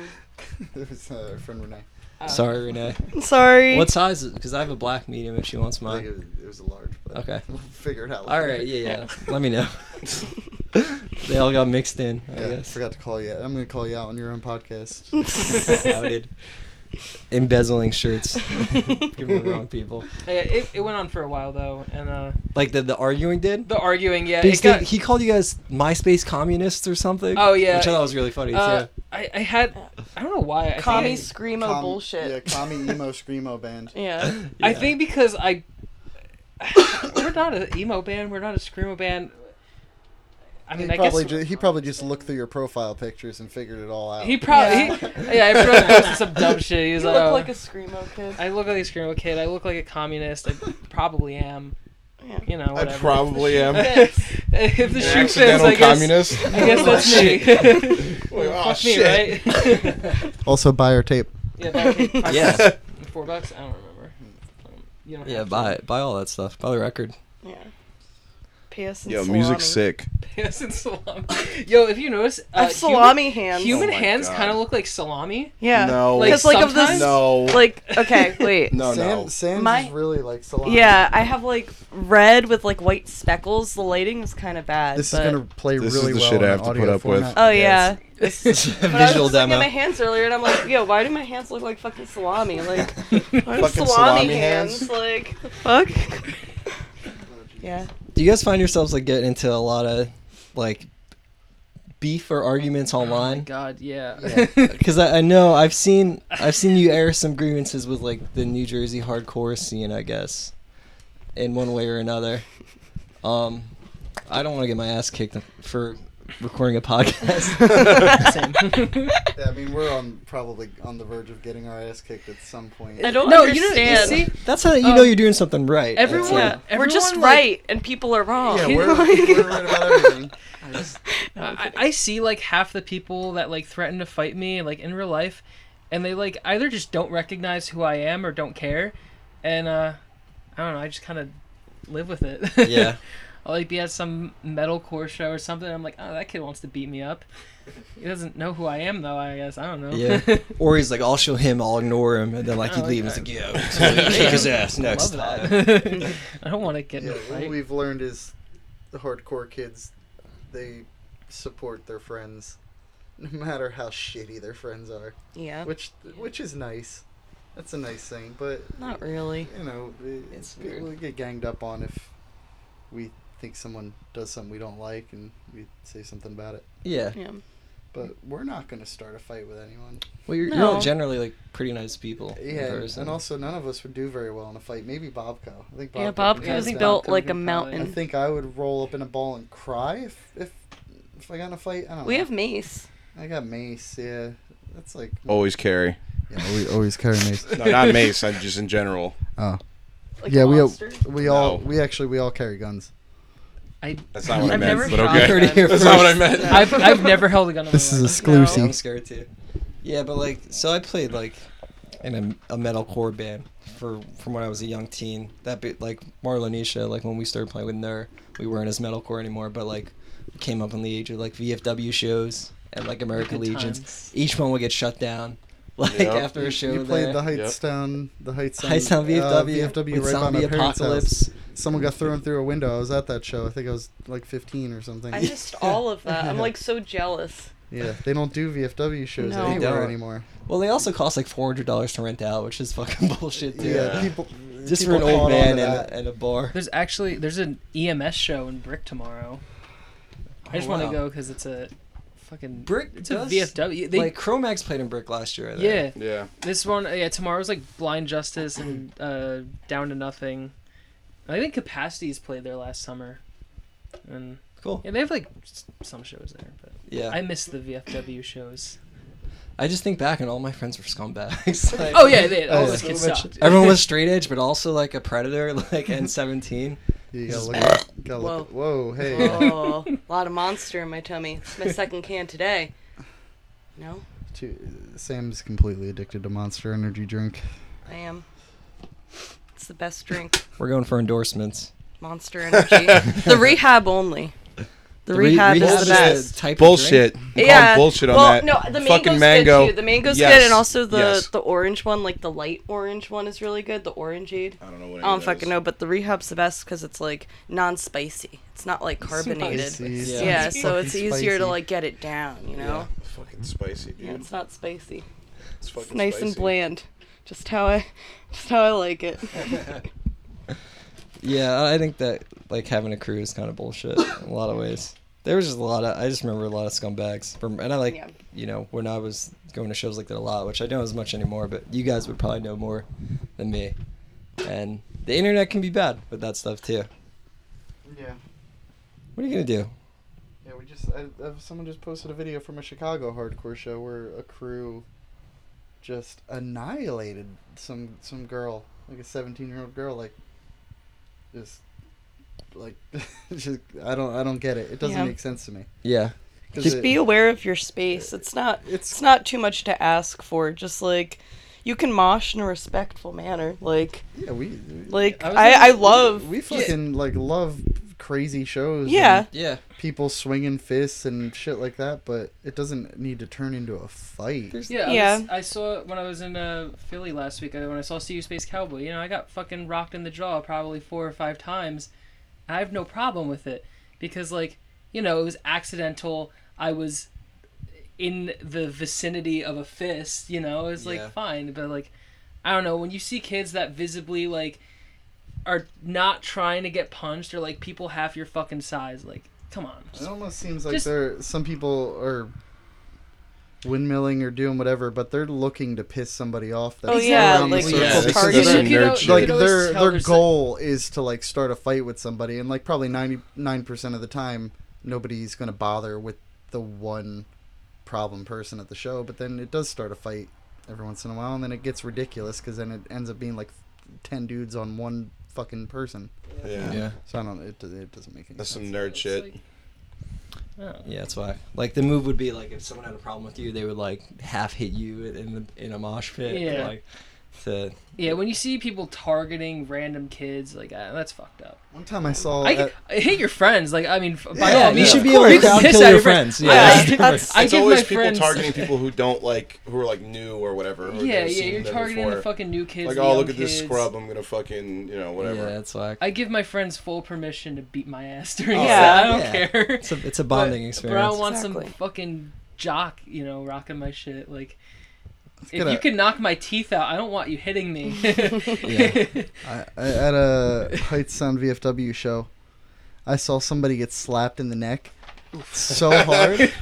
Speaker 6: Who-
Speaker 4: it was uh, our friend Renee.
Speaker 6: uh,
Speaker 5: Sorry, Renee.
Speaker 7: Sorry.
Speaker 5: What size? Because I have a black medium if she wants
Speaker 4: I think
Speaker 5: mine.
Speaker 4: it was, it was a large. But
Speaker 5: Okay.
Speaker 4: We'll figure it out.
Speaker 5: All
Speaker 4: later.
Speaker 5: right, yeah, yeah. Let me know. they all got mixed in, I
Speaker 4: Yeah, I
Speaker 5: guess.
Speaker 4: forgot to call you. out. I'm gonna call you out on your own podcast.
Speaker 5: Outed. Embezzling shirts. Giving the wrong people.
Speaker 6: yeah, it, it went on for a while though, and uh,
Speaker 5: Like the, the arguing did?
Speaker 6: the arguing. Yeah,
Speaker 5: Because
Speaker 6: it got,
Speaker 5: they- he called you guys MySpace communists or something.
Speaker 6: Oh, yeah.
Speaker 5: which I thought was really funny
Speaker 6: uh,
Speaker 5: too.
Speaker 6: I, I had I don't know why. I think
Speaker 7: Commie
Speaker 6: I-
Speaker 7: screamo
Speaker 4: Com-
Speaker 7: bullshit.
Speaker 4: Yeah, commie emo screamo band.
Speaker 7: Yeah.
Speaker 6: I think because I we're not an emo band, we're not a screamo band. I mean,
Speaker 4: he
Speaker 6: I
Speaker 4: probably
Speaker 6: guess
Speaker 4: ju- he probably just looked through your profile pictures and figured it all out.
Speaker 6: he probably yeah, he, yeah I probably posted some dumb shit. He
Speaker 7: You
Speaker 6: was like,
Speaker 7: look
Speaker 6: oh,
Speaker 7: like a screamo kid.
Speaker 6: I look like a screamo kid. I look like a communist. I probably am.
Speaker 7: Yeah.
Speaker 6: You know,
Speaker 1: I
Speaker 6: whatever.
Speaker 1: probably am. An
Speaker 6: if the shoe fits,
Speaker 1: Oh, accidental
Speaker 6: I guess,
Speaker 1: communist.
Speaker 6: I guess that's me.
Speaker 1: Like, oh,
Speaker 6: Fuck me,
Speaker 1: shit. Oh,
Speaker 6: right?
Speaker 4: also, buy our tape.
Speaker 6: yeah, back eight, five
Speaker 5: Yeah.
Speaker 6: bucks, four bucks. I don't remember. Um, You don't
Speaker 5: yeah,
Speaker 6: have to.
Speaker 5: buy buy all that stuff. Buy the record.
Speaker 7: Yeah. P.S. and
Speaker 1: Yo,
Speaker 7: salami.
Speaker 1: music's sick.
Speaker 6: Yes, and salami. Yo, if you notice, uh,
Speaker 7: I have
Speaker 6: human-
Speaker 7: salami hands.
Speaker 6: Human
Speaker 1: Oh my
Speaker 6: hands
Speaker 1: God.
Speaker 6: kind of look like salami.
Speaker 7: Yeah.
Speaker 1: No.
Speaker 6: Like,
Speaker 7: Because like of this.
Speaker 6: sometimes-
Speaker 1: No.
Speaker 7: Like okay, wait.
Speaker 1: no,
Speaker 4: Sam,
Speaker 1: no.
Speaker 4: Sam's
Speaker 7: My-
Speaker 4: is really like salami.
Speaker 7: Yeah, I have like red with like white speckles. The lighting is kind of bad.
Speaker 4: This
Speaker 7: but-
Speaker 4: is gonna play
Speaker 1: This is
Speaker 4: really
Speaker 1: the
Speaker 4: well
Speaker 1: shit
Speaker 4: in
Speaker 1: I
Speaker 4: an
Speaker 1: have to
Speaker 4: audio
Speaker 1: put up with.
Speaker 4: format.
Speaker 7: Oh
Speaker 5: Yes.
Speaker 7: yeah. But I was
Speaker 5: Visual
Speaker 7: just looking at my
Speaker 5: demo.
Speaker 7: hands earlier, and I'm like, yo, why do my hands look like fucking salami? Like, why do
Speaker 1: Fucking
Speaker 7: salami,
Speaker 1: salami
Speaker 7: hands?
Speaker 1: hands?
Speaker 7: Like, the fuck. yeah.
Speaker 5: Do you guys find yourselves like getting into a lot of like beef or arguments
Speaker 1: Oh
Speaker 5: online?
Speaker 6: Oh God, yeah.
Speaker 5: Because I, I know I've seen I've seen you air some grievances with like the New Jersey hardcore scene, I guess, in one way or another. Um, I don't want to get my ass kicked for recording a podcast.
Speaker 6: Same.
Speaker 4: Yeah, I mean, we're on probably on the verge of getting our ass kicked at some point.
Speaker 7: I don't
Speaker 6: no, you know, you
Speaker 7: understand.
Speaker 6: see,
Speaker 5: That's how you know
Speaker 6: Um,
Speaker 5: you're doing something right. It's
Speaker 6: everyone-
Speaker 5: like-
Speaker 7: yeah, we're just
Speaker 6: everyone, like-
Speaker 7: right, and people are wrong.
Speaker 4: yeah, we're, we're right about everything.
Speaker 6: Uh, I, I see like half the people that like threaten to fight me like in real life, and they like either just don't recognize who I am or don't care, and uh, I don't know. I just kind of live with it.
Speaker 5: yeah.
Speaker 6: I'll like be at some metalcore show or something. And I'm like, oh, that kid wants to beat me up. He doesn't know who I am though. I guess I don't know.
Speaker 5: Yeah. Or he's like, I'll show him, I'll ignore him, and then like he
Speaker 6: Oh,
Speaker 5: leaves.
Speaker 6: okay.
Speaker 5: Like, yo, kick his ass next
Speaker 6: Love
Speaker 5: time.
Speaker 6: that. I don't want to get
Speaker 4: Yeah,
Speaker 6: in a
Speaker 4: what
Speaker 6: fight.
Speaker 4: we've learned is the hardcore kids, they support their friends, no matter how shitty their friends are,
Speaker 7: Yeah,
Speaker 4: which which is nice. That's a nice thing, but
Speaker 7: not really.
Speaker 4: you know,
Speaker 5: It's
Speaker 4: it's people get ganged up on if we think someone does something we don't like and we say something about it.
Speaker 5: Yeah.
Speaker 7: Yeah.
Speaker 4: But we're not going to start a fight with anyone.
Speaker 5: Well, you're, you're
Speaker 7: No.
Speaker 5: all generally like pretty nice people. in
Speaker 4: Yeah, and-
Speaker 5: person.
Speaker 4: and also none of us would do very well in a fight. Maybe Bobco. I think Bobco.
Speaker 7: Yeah,
Speaker 4: would
Speaker 7: Bob
Speaker 4: hands
Speaker 7: Cousy
Speaker 4: down.
Speaker 7: built
Speaker 6: Cousy
Speaker 7: like a
Speaker 6: probably.
Speaker 4: I
Speaker 7: mountain.
Speaker 4: think I would roll up in a ball and cry if if, if I got in a fight. I don't
Speaker 7: We
Speaker 4: know.
Speaker 7: have mace.
Speaker 4: I got mace. Yeah, that's like.
Speaker 1: Always carry.
Speaker 4: Oh, Yeah, we always carry mace.
Speaker 1: No, not mace. I'm just in general.
Speaker 4: Oh,
Speaker 7: Like
Speaker 4: yeah. We all,
Speaker 7: monster.
Speaker 4: we all
Speaker 1: No.
Speaker 4: we actually we all carry guns.
Speaker 1: That's not what I
Speaker 7: I've
Speaker 1: meant.
Speaker 7: never
Speaker 1: But
Speaker 7: shot
Speaker 5: I heard
Speaker 1: okay.
Speaker 5: it here
Speaker 1: That's
Speaker 5: first.
Speaker 1: not what I meant.
Speaker 6: I've, I've never held a gun. In
Speaker 4: This
Speaker 6: my
Speaker 4: is
Speaker 6: life.
Speaker 4: exclusive.
Speaker 5: I'm scared too. Yeah, but like, so I played like in a, a metalcore band for from when I was a young teen. That bit like Marlanisha, like when we started playing with Ner, we weren't as metalcore anymore. But like, we came up in the age of like VFW shows and like American
Speaker 6: Good
Speaker 5: Legions.
Speaker 6: times.
Speaker 5: Each one would get shut down. Like
Speaker 1: Yep.
Speaker 5: after a show,
Speaker 4: you played
Speaker 5: there.
Speaker 4: the
Speaker 5: the
Speaker 4: Heights down the Heights down,
Speaker 5: Heights Town VFW,
Speaker 4: uh, VFW
Speaker 5: with
Speaker 4: right by
Speaker 5: Zombie
Speaker 4: my parents'
Speaker 5: Apocalypse.
Speaker 4: house. Someone got thrown through a window. I was at that show. I think I was like 15 or something.
Speaker 7: I just all of that. I'm like so jealous.
Speaker 4: yeah, they don't do VFW shows
Speaker 7: No. They
Speaker 4: anywhere
Speaker 5: don't.
Speaker 4: anymore.
Speaker 5: Well, they also cost like four hundred dollars to rent out, which is fucking bullshit, dude.
Speaker 4: Yeah,
Speaker 1: Yeah.
Speaker 4: people
Speaker 5: Just for
Speaker 4: people
Speaker 5: an
Speaker 4: caught on
Speaker 5: old man
Speaker 4: to
Speaker 5: and,
Speaker 4: that.
Speaker 5: and a bar.
Speaker 6: There's actually there's an EMS show in Brick tomorrow. I just want
Speaker 5: Oh, wow.
Speaker 6: to go because it's a fucking
Speaker 5: Brick
Speaker 6: It's
Speaker 5: does,
Speaker 6: a VFW. They,
Speaker 5: like Chromax played in Brick last year. I think.
Speaker 6: yeah,
Speaker 1: Yeah.
Speaker 6: this one. Yeah, tomorrow's like Blind Justice and uh, Down to Nothing. I think Capacities played there last summer, and
Speaker 5: Cool.
Speaker 6: yeah, they have like s- some shows there. But
Speaker 5: Yeah.
Speaker 6: I miss the VFW shows.
Speaker 5: I just think back and all my friends were scumbags. Like,
Speaker 6: Oh yeah, they,
Speaker 4: Oh,
Speaker 6: all
Speaker 4: yeah.
Speaker 6: those kids
Speaker 5: so much-
Speaker 6: sucked.
Speaker 5: Everyone was straight edge, but also like a predator, like and seventeen.
Speaker 4: You gotta look. At, gotta look. At, whoa, hey.
Speaker 7: Oh, a lot of monster in my tummy. It's my second can today. No,
Speaker 4: Two, Sam's completely addicted to Monster Energy drink.
Speaker 7: I am. It's the best drink.
Speaker 5: We're going for endorsements.
Speaker 7: Monster Energy. the rehab only. The rehab
Speaker 5: re-
Speaker 7: is
Speaker 5: rehab
Speaker 7: the best.
Speaker 5: a type of
Speaker 1: bullshit. I'm calling
Speaker 7: Yeah.
Speaker 1: bullshit on
Speaker 7: well,
Speaker 1: that.
Speaker 7: no, the mango's
Speaker 1: fucking mango.
Speaker 7: good too. The mango's
Speaker 1: Yes.
Speaker 7: good, and also the
Speaker 1: Yes.
Speaker 7: the orange one, like the light orange one, is really good. The orangeade.
Speaker 1: I don't know what.
Speaker 7: I don't fucking know, but the rehab's the best because it's like non-spicy. It's not like carbonated.
Speaker 4: Spicy.
Speaker 5: Yeah.
Speaker 4: It's
Speaker 7: Yeah,
Speaker 4: not
Speaker 7: so
Speaker 4: fucking
Speaker 7: it's easier
Speaker 4: spicy.
Speaker 7: to like get it down, you know.
Speaker 1: Fucking spicy, dude.
Speaker 7: Yeah, it's not spicy.
Speaker 1: it's fucking
Speaker 7: It's nice and
Speaker 1: spicy.
Speaker 7: bland. Just how I, just how I like it.
Speaker 5: Yeah, I think that like having a crew is kind of bullshit in a lot of ways. There was just a lot of I just remember a lot of scumbags from, and I like
Speaker 7: Yeah.
Speaker 5: you know when I was going to shows like that a lot, which I don't as much anymore. But you guys would probably know more than me, and the internet can be bad with that stuff too.
Speaker 4: Yeah.
Speaker 5: What are you gonna do?
Speaker 4: Yeah, we just I, I, someone just posted a video from a Chicago hardcore show where a crew just annihilated some some girl, like a seventeen year old girl, like just like just I don't I don't get it. It doesn't
Speaker 7: Yeah.
Speaker 4: make sense to me.
Speaker 5: Yeah,
Speaker 4: 'Cause
Speaker 7: Just
Speaker 4: it-
Speaker 7: be aware of your space. It's not.
Speaker 4: It's-
Speaker 7: It's, not too much to ask for. Just like, you can mosh in a respectful manner. Like,
Speaker 4: yeah, we
Speaker 7: like
Speaker 5: I was
Speaker 7: I, I,
Speaker 5: thinking-
Speaker 7: love.
Speaker 4: we fucking like love crazy shows. and
Speaker 7: yeah.
Speaker 5: yeah.
Speaker 4: people swinging fists and shit like that, but it doesn't need to turn into a fight.
Speaker 6: Yeah, I,
Speaker 7: Yeah.
Speaker 6: was- I saw when I was in uh, Philly last week. uh, When I saw See You Space Cowboy, you know, I got fucking rocked in the jaw probably four or five times. I have no problem with it because, like, you know, it was accidental. I was in the vicinity of a fist. You know, it was like
Speaker 5: Yeah.
Speaker 6: fine, but like, I don't know. When you see kids that visibly like are not trying to get punched or like people half your fucking size, like, come on.
Speaker 4: It almost seems like
Speaker 6: Just-
Speaker 4: they're some people are windmilling or doing whatever, but they're looking to piss somebody off. That's
Speaker 7: Oh, yeah,
Speaker 4: around the
Speaker 7: like,
Speaker 1: Yeah,
Speaker 4: circle.
Speaker 1: this is
Speaker 7: target.
Speaker 1: very
Speaker 6: You could-
Speaker 1: nurture.
Speaker 6: you
Speaker 4: like
Speaker 6: could always
Speaker 4: their
Speaker 6: tell
Speaker 4: their
Speaker 6: there's-
Speaker 4: goal is to like start a fight with somebody, and like probably ninety nine percent of the time, nobody's gonna bother with the one problem person at the show. But then it does start a fight every once in a while, and then it gets ridiculous because then it ends up being like ten dudes on one fucking person.
Speaker 1: yeah.
Speaker 4: So I don't. It, do- it doesn't make any
Speaker 1: that's some
Speaker 4: sense.
Speaker 1: nerd
Speaker 6: It's
Speaker 1: shit.
Speaker 6: like-
Speaker 5: Yeah, that's why. Like the move would be like if someone had a problem with you, they would like half hit you in the in a mosh pit.
Speaker 6: Yeah.
Speaker 5: Like, to,
Speaker 6: Yeah, when you see people targeting random kids, like uh, that's fucked up.
Speaker 4: One time I saw.
Speaker 6: I,
Speaker 4: at-
Speaker 6: I hate your friends. Like I mean, f- by
Speaker 5: yeah,
Speaker 6: all
Speaker 5: you
Speaker 6: means,
Speaker 5: should
Speaker 6: of
Speaker 5: be able
Speaker 6: course.
Speaker 5: to
Speaker 6: You can
Speaker 5: crowd
Speaker 6: piss
Speaker 5: kill
Speaker 6: at
Speaker 5: your friends. Yeah.
Speaker 7: Yeah,
Speaker 6: Yeah.
Speaker 7: that's-
Speaker 6: I
Speaker 1: it's
Speaker 6: give
Speaker 1: always
Speaker 6: my
Speaker 1: people
Speaker 6: friends-
Speaker 1: targeting people who don't like who are like new or whatever. who
Speaker 6: Yeah,
Speaker 1: they've
Speaker 6: yeah,
Speaker 1: seen
Speaker 6: you're
Speaker 1: them
Speaker 6: targeting
Speaker 1: before.
Speaker 6: the fucking new kids.
Speaker 1: Like,
Speaker 6: the
Speaker 1: oh,
Speaker 6: young
Speaker 1: look at this
Speaker 6: kids.
Speaker 1: scrub. I'm gonna fucking you know
Speaker 5: Yeah,
Speaker 1: whatever.
Speaker 5: that's why.
Speaker 6: I give my friends full permission to beat my ass during
Speaker 7: Oh,
Speaker 6: yeah.
Speaker 7: yeah.
Speaker 6: I don't
Speaker 5: Yeah.
Speaker 6: care.
Speaker 5: It's a it's a bonding
Speaker 6: But I
Speaker 5: experience.
Speaker 6: don't want some
Speaker 7: Exactly.
Speaker 6: fucking jock, you know, rocking my shit. Like, if
Speaker 4: gonna-
Speaker 6: you can knock my teeth out, I don't want you hitting me.
Speaker 4: I, I, at a Heights Sound VFW show, I saw somebody get slapped in the neck so hard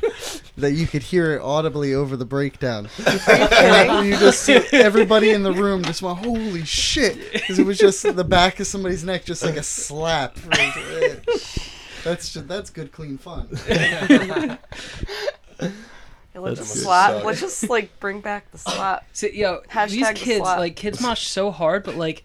Speaker 4: that you could hear it audibly over the breakdown. And you just see everybody in the room just went, "Holy shit!" Because it was just the back of somebody's neck, just like a slap. That's just, that's good, clean fun.
Speaker 7: Let's
Speaker 1: must
Speaker 7: slap.
Speaker 1: suck.
Speaker 7: Let's just like bring back the slap.
Speaker 6: So, yo,
Speaker 7: Hashtag
Speaker 6: these
Speaker 7: the
Speaker 6: kids,
Speaker 7: slap.
Speaker 6: like, kids mosh so hard, but like,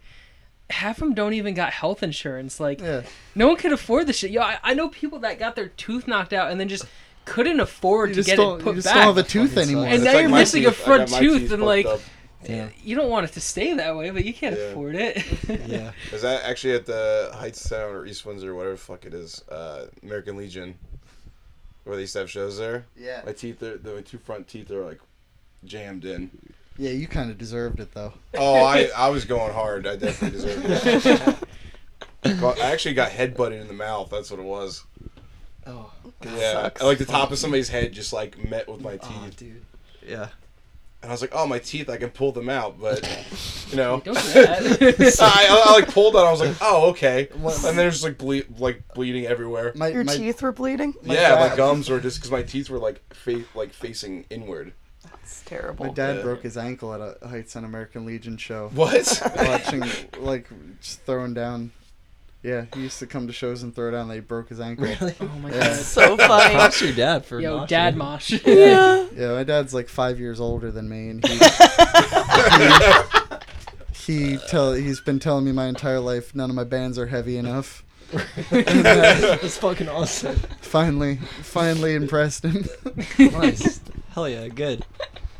Speaker 6: half of them don't even got health insurance. Like,
Speaker 4: Yeah.
Speaker 6: no one could afford this shit. Yo, I, I know people that got their tooth knocked out and then just couldn't afford
Speaker 4: You
Speaker 6: to
Speaker 4: just,
Speaker 6: get
Speaker 4: don't,
Speaker 6: it
Speaker 4: you
Speaker 6: put
Speaker 4: just don't have a
Speaker 6: back.
Speaker 4: tooth
Speaker 5: Fucking
Speaker 4: anymore.
Speaker 5: sucks.
Speaker 6: And
Speaker 1: It's
Speaker 6: now
Speaker 1: like
Speaker 6: you're
Speaker 1: my
Speaker 6: missing a
Speaker 1: teeth. I got
Speaker 6: front
Speaker 1: my
Speaker 6: tooth
Speaker 1: teeth
Speaker 6: and,
Speaker 1: fucked
Speaker 6: like-
Speaker 1: up.
Speaker 5: yeah.
Speaker 6: You don't want it to stay that way, but you can't
Speaker 1: Yeah.
Speaker 6: afford it.
Speaker 5: yeah.
Speaker 1: Is that actually at the Heights Sound or East Windsor, whatever the fuck it is, uh, American Legion, where they used to have shows there?
Speaker 4: Yeah.
Speaker 1: My teeth, are, the, my two front teeth are like jammed in.
Speaker 4: Yeah, you kind of deserved it though.
Speaker 1: Oh, I, I was going hard. I definitely deserved it. Well, I actually got headbutted in the mouth. That's what it was.
Speaker 5: Oh,
Speaker 1: Yeah, like the top of somebody's head just like met with my teeth,
Speaker 5: dude. Yeah.
Speaker 1: and I was like, "Oh, my teeth! I can pull them out." But you know,
Speaker 6: don't do that.
Speaker 1: I, I, I, like pulled out. I was like, "Oh, okay," and there's like ble- like bleeding everywhere.
Speaker 4: My,
Speaker 7: Your
Speaker 4: my,
Speaker 7: teeth were bleeding.
Speaker 1: yeah, my
Speaker 4: dad-
Speaker 1: gums were just because my teeth were like fa- like facing inward.
Speaker 7: That's
Speaker 4: My
Speaker 7: terrible.
Speaker 4: dad
Speaker 1: Yeah.
Speaker 4: broke his ankle at a Heights and American Legion show.
Speaker 1: What?
Speaker 4: Watching, like, just throwing down. Yeah, he used to come to shows and throw down. They broke his ankle.
Speaker 6: oh my
Speaker 4: Yeah.
Speaker 6: god.
Speaker 7: So funny.
Speaker 5: Props to your dad for
Speaker 6: Yo,
Speaker 5: moshing.
Speaker 6: dad mosh.
Speaker 7: yeah.
Speaker 4: Yeah, my dad's like five years older than me, and he he tell he's been telling me my entire life none of my bands are heavy enough.
Speaker 5: That's fucking awesome.
Speaker 4: Finally, finally impressed him.
Speaker 5: Nice. Hell yeah, good.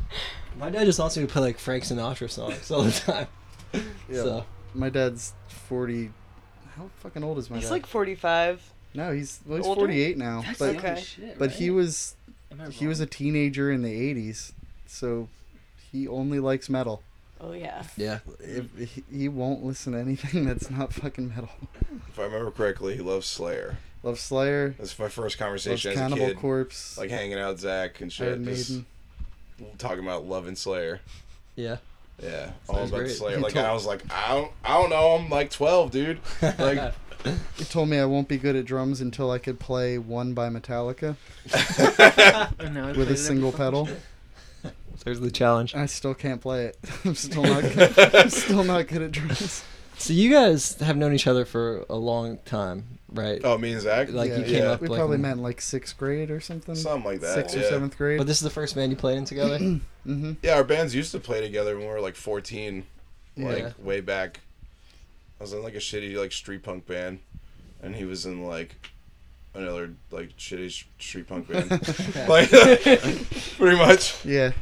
Speaker 5: My dad just wants me to play like Frank Sinatra songs all the time.
Speaker 4: yeah,
Speaker 5: So
Speaker 4: my dad's forty. How fucking old is my
Speaker 7: He's
Speaker 4: dad?
Speaker 7: like 45.
Speaker 4: No, he's well, he's
Speaker 7: Older?
Speaker 4: 48 now,
Speaker 6: That's
Speaker 4: but
Speaker 6: young
Speaker 7: okay.
Speaker 6: as shit,
Speaker 4: but he
Speaker 6: right?
Speaker 4: was
Speaker 6: Am I
Speaker 4: he was a
Speaker 6: wrong?
Speaker 4: teenager in the 80s, so he only likes metal.
Speaker 7: Oh yeah.
Speaker 5: Yeah.
Speaker 4: If, he, he won't listen to anything that's not fucking metal.
Speaker 1: If I remember correctly, he loves Slayer.
Speaker 4: Love Slayer,
Speaker 1: That's my first
Speaker 4: loves
Speaker 1: conversation as a
Speaker 4: Cannibal
Speaker 1: kid.
Speaker 4: Corpse,
Speaker 1: Like hanging out with Zach and shit.
Speaker 4: Iron
Speaker 1: just
Speaker 4: Maiden.
Speaker 1: talking about love and Slayer.
Speaker 5: Yeah.
Speaker 1: Yeah, all
Speaker 5: Sounds
Speaker 1: about
Speaker 5: great.
Speaker 1: Slayer.
Speaker 4: He
Speaker 1: Like
Speaker 4: told-
Speaker 1: I was like, I don't, I don't know. I'm like 12, dude. Like,
Speaker 4: He told me I won't be good at drums until I could play "One" by Metallica
Speaker 6: Oh, no, I
Speaker 4: with
Speaker 6: played
Speaker 4: a
Speaker 6: it
Speaker 4: single
Speaker 6: every fucking
Speaker 4: pedal.
Speaker 6: shit.
Speaker 5: There's the challenge.
Speaker 4: I still can't play it. I'm still not. Good, I'm still not good at drums.
Speaker 5: So you guys have known each other for a long time, right?
Speaker 1: oh, me and Zach.
Speaker 5: Like, you
Speaker 1: yeah,
Speaker 5: came
Speaker 1: yeah.
Speaker 5: up-
Speaker 4: We
Speaker 5: like-
Speaker 4: probably met in like sixth grade or something.
Speaker 1: something like that.
Speaker 4: Sixth
Speaker 1: yeah.
Speaker 4: or seventh grade.
Speaker 5: But this is the first band you played in together.
Speaker 4: mm-hmm.
Speaker 1: Yeah, our bands used to play together when we were like 14, like
Speaker 5: Yeah.
Speaker 1: way back. I was in like a shitty like street punk band, and he was in like another like shitty sh- street punk band. like pretty much.
Speaker 4: Yeah,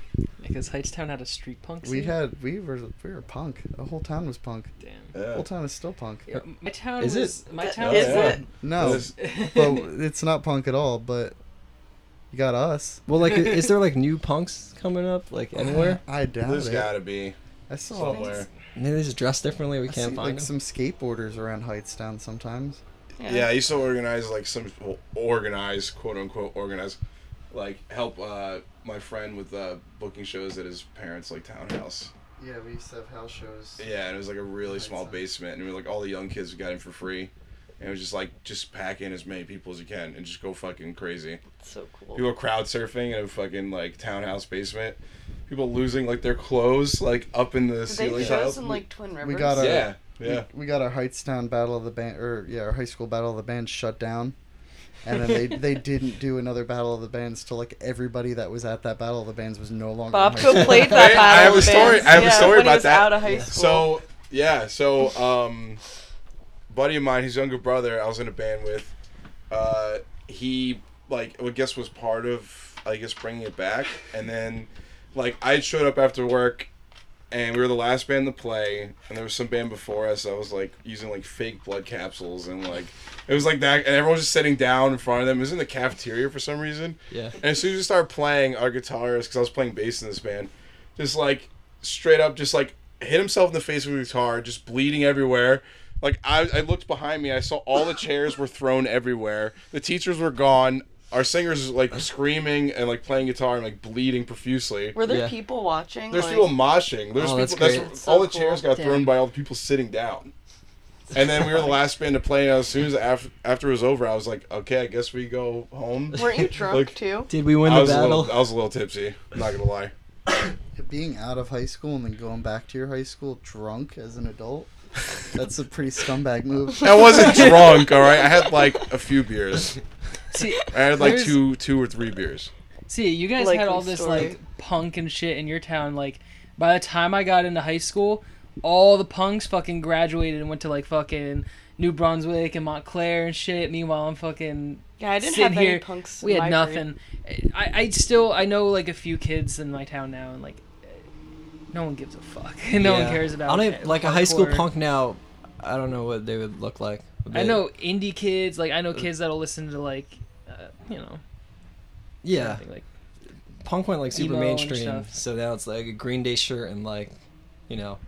Speaker 6: Because Heightstown had a street punk.
Speaker 4: we
Speaker 6: scene?
Speaker 4: had we were we were punk. The whole town was punk.
Speaker 6: Damn.
Speaker 4: The
Speaker 1: Yeah.
Speaker 4: whole town is still punk.
Speaker 6: Yeah, my town
Speaker 5: Is it?
Speaker 6: was my
Speaker 7: Th-
Speaker 6: town
Speaker 1: is
Speaker 6: was
Speaker 1: it?
Speaker 4: No,
Speaker 1: This-
Speaker 4: but it's not punk at all. But you got us.
Speaker 5: Well, like, i- is there like new punks coming up, like anywhere?
Speaker 4: I doubt
Speaker 1: There's
Speaker 4: it.
Speaker 1: gotta be
Speaker 4: I saw
Speaker 1: somewhere.
Speaker 5: Maybe they just dress differently. We
Speaker 4: I
Speaker 5: can't
Speaker 4: see, like
Speaker 5: find
Speaker 4: some
Speaker 5: them.
Speaker 4: skateboarders around Heightstown sometimes.
Speaker 1: Yeah, I used to organize like some well, organize quote unquote organize, like help uh, my friend with uh, booking shows at his parents' like townhouse.
Speaker 4: Yeah, we used to have house shows.
Speaker 1: Yeah, and it was like a really
Speaker 4: Nice,
Speaker 1: small
Speaker 4: huh?
Speaker 1: basement, and we were like all the young kids got in for free. And it was just like just pack in as many people as you can and just go fucking crazy.
Speaker 7: So cool.
Speaker 1: People crowd surfing in a fucking like townhouse basement. People losing like their clothes like up in the ceiling
Speaker 7: They
Speaker 1: tiles.
Speaker 7: shows in like Twin Rivers.
Speaker 4: got our-
Speaker 1: yeah, yeah.
Speaker 4: We, we got our Heightstown Battle of the Band, or yeah, our high school Battle of the Bands shut down, and then they they didn't do another Battle of the Bands till like everybody that was at that Battle of the Bands was no longer. in high school.
Speaker 7: Bobco played
Speaker 1: Wait,
Speaker 7: that battle.
Speaker 1: I have a
Speaker 7: of
Speaker 1: story-
Speaker 7: bands.
Speaker 1: I have a
Speaker 7: Yeah,
Speaker 1: story
Speaker 7: when
Speaker 1: about
Speaker 7: he was
Speaker 1: that.
Speaker 7: Out of high school.
Speaker 1: So yeah, so um, buddy of mine, his younger brother, I was in a band with. Uh, he like I guess was part of I guess bringing it back, and then like I showed up after work, and we were the last band to play, and there was some band before us. that was like using like fake blood capsules and like. It was like that, and everyone was just sitting down in front of them. It was in the cafeteria for some reason.
Speaker 5: Yeah.
Speaker 1: And as soon as we started playing, our guitarist, because I was playing bass in this band, just like straight up, just like hit himself in the face with a guitar, just bleeding everywhere. Like I, I looked behind me, I saw all the chairs were thrown everywhere. The teachers were gone. Our singers like screaming and like playing guitar and like bleeding profusely.
Speaker 7: were there
Speaker 5: Yeah.
Speaker 7: people watching?
Speaker 1: There's
Speaker 7: like,
Speaker 1: people moshing. There's people.
Speaker 5: Oh, that's
Speaker 1: That's
Speaker 5: great.
Speaker 7: That's so
Speaker 1: all the
Speaker 7: cool.
Speaker 1: chairs got
Speaker 7: Damn.
Speaker 1: thrown by all the people sitting down. And then we were the last band to play. And as soon as after, after it was over, I was like, okay, I guess we go home.
Speaker 7: Weren't you drunk
Speaker 1: Like-
Speaker 7: too?
Speaker 5: Did we win
Speaker 1: I
Speaker 5: the
Speaker 1: was a
Speaker 5: battle?
Speaker 1: little, I was a little tipsy. I'm not gonna lie.
Speaker 4: Being out of high school and then going back to your high school drunk as an adult, that's a pretty scumbag move.
Speaker 1: I wasn't drunk. All right, I had like a few beers.
Speaker 6: See,
Speaker 1: I had like
Speaker 6: There's-
Speaker 1: two, two or three beers.
Speaker 6: see, you guys had
Speaker 7: Likely
Speaker 6: all this
Speaker 7: story.
Speaker 6: like punk and shit in your town. Like, by the time I got into high school, all the punks fucking graduated and went to like fucking New Brunswick and Montclair and shit. Meanwhile, I'm fucking
Speaker 7: Yeah, I didn't
Speaker 6: Sit
Speaker 7: have
Speaker 6: here.
Speaker 7: any punks. in
Speaker 6: we had
Speaker 7: my
Speaker 6: nothing. I, I still I know like a few kids in my town now, and like no one gives a fuck. no one
Speaker 5: Yeah.
Speaker 6: cares about.
Speaker 5: I don't even- like a high school
Speaker 6: hardcore.
Speaker 5: punk now. I don't know what they would look like.
Speaker 6: I know indie kids. Like I
Speaker 5: Uh,
Speaker 6: know kids that'll listen to like uh, you know
Speaker 5: Yeah,
Speaker 6: something like
Speaker 5: punk went like super
Speaker 6: Emo and
Speaker 5: mainstream,
Speaker 6: stuff.
Speaker 5: so now it's like a Green Day shirt and like, you know,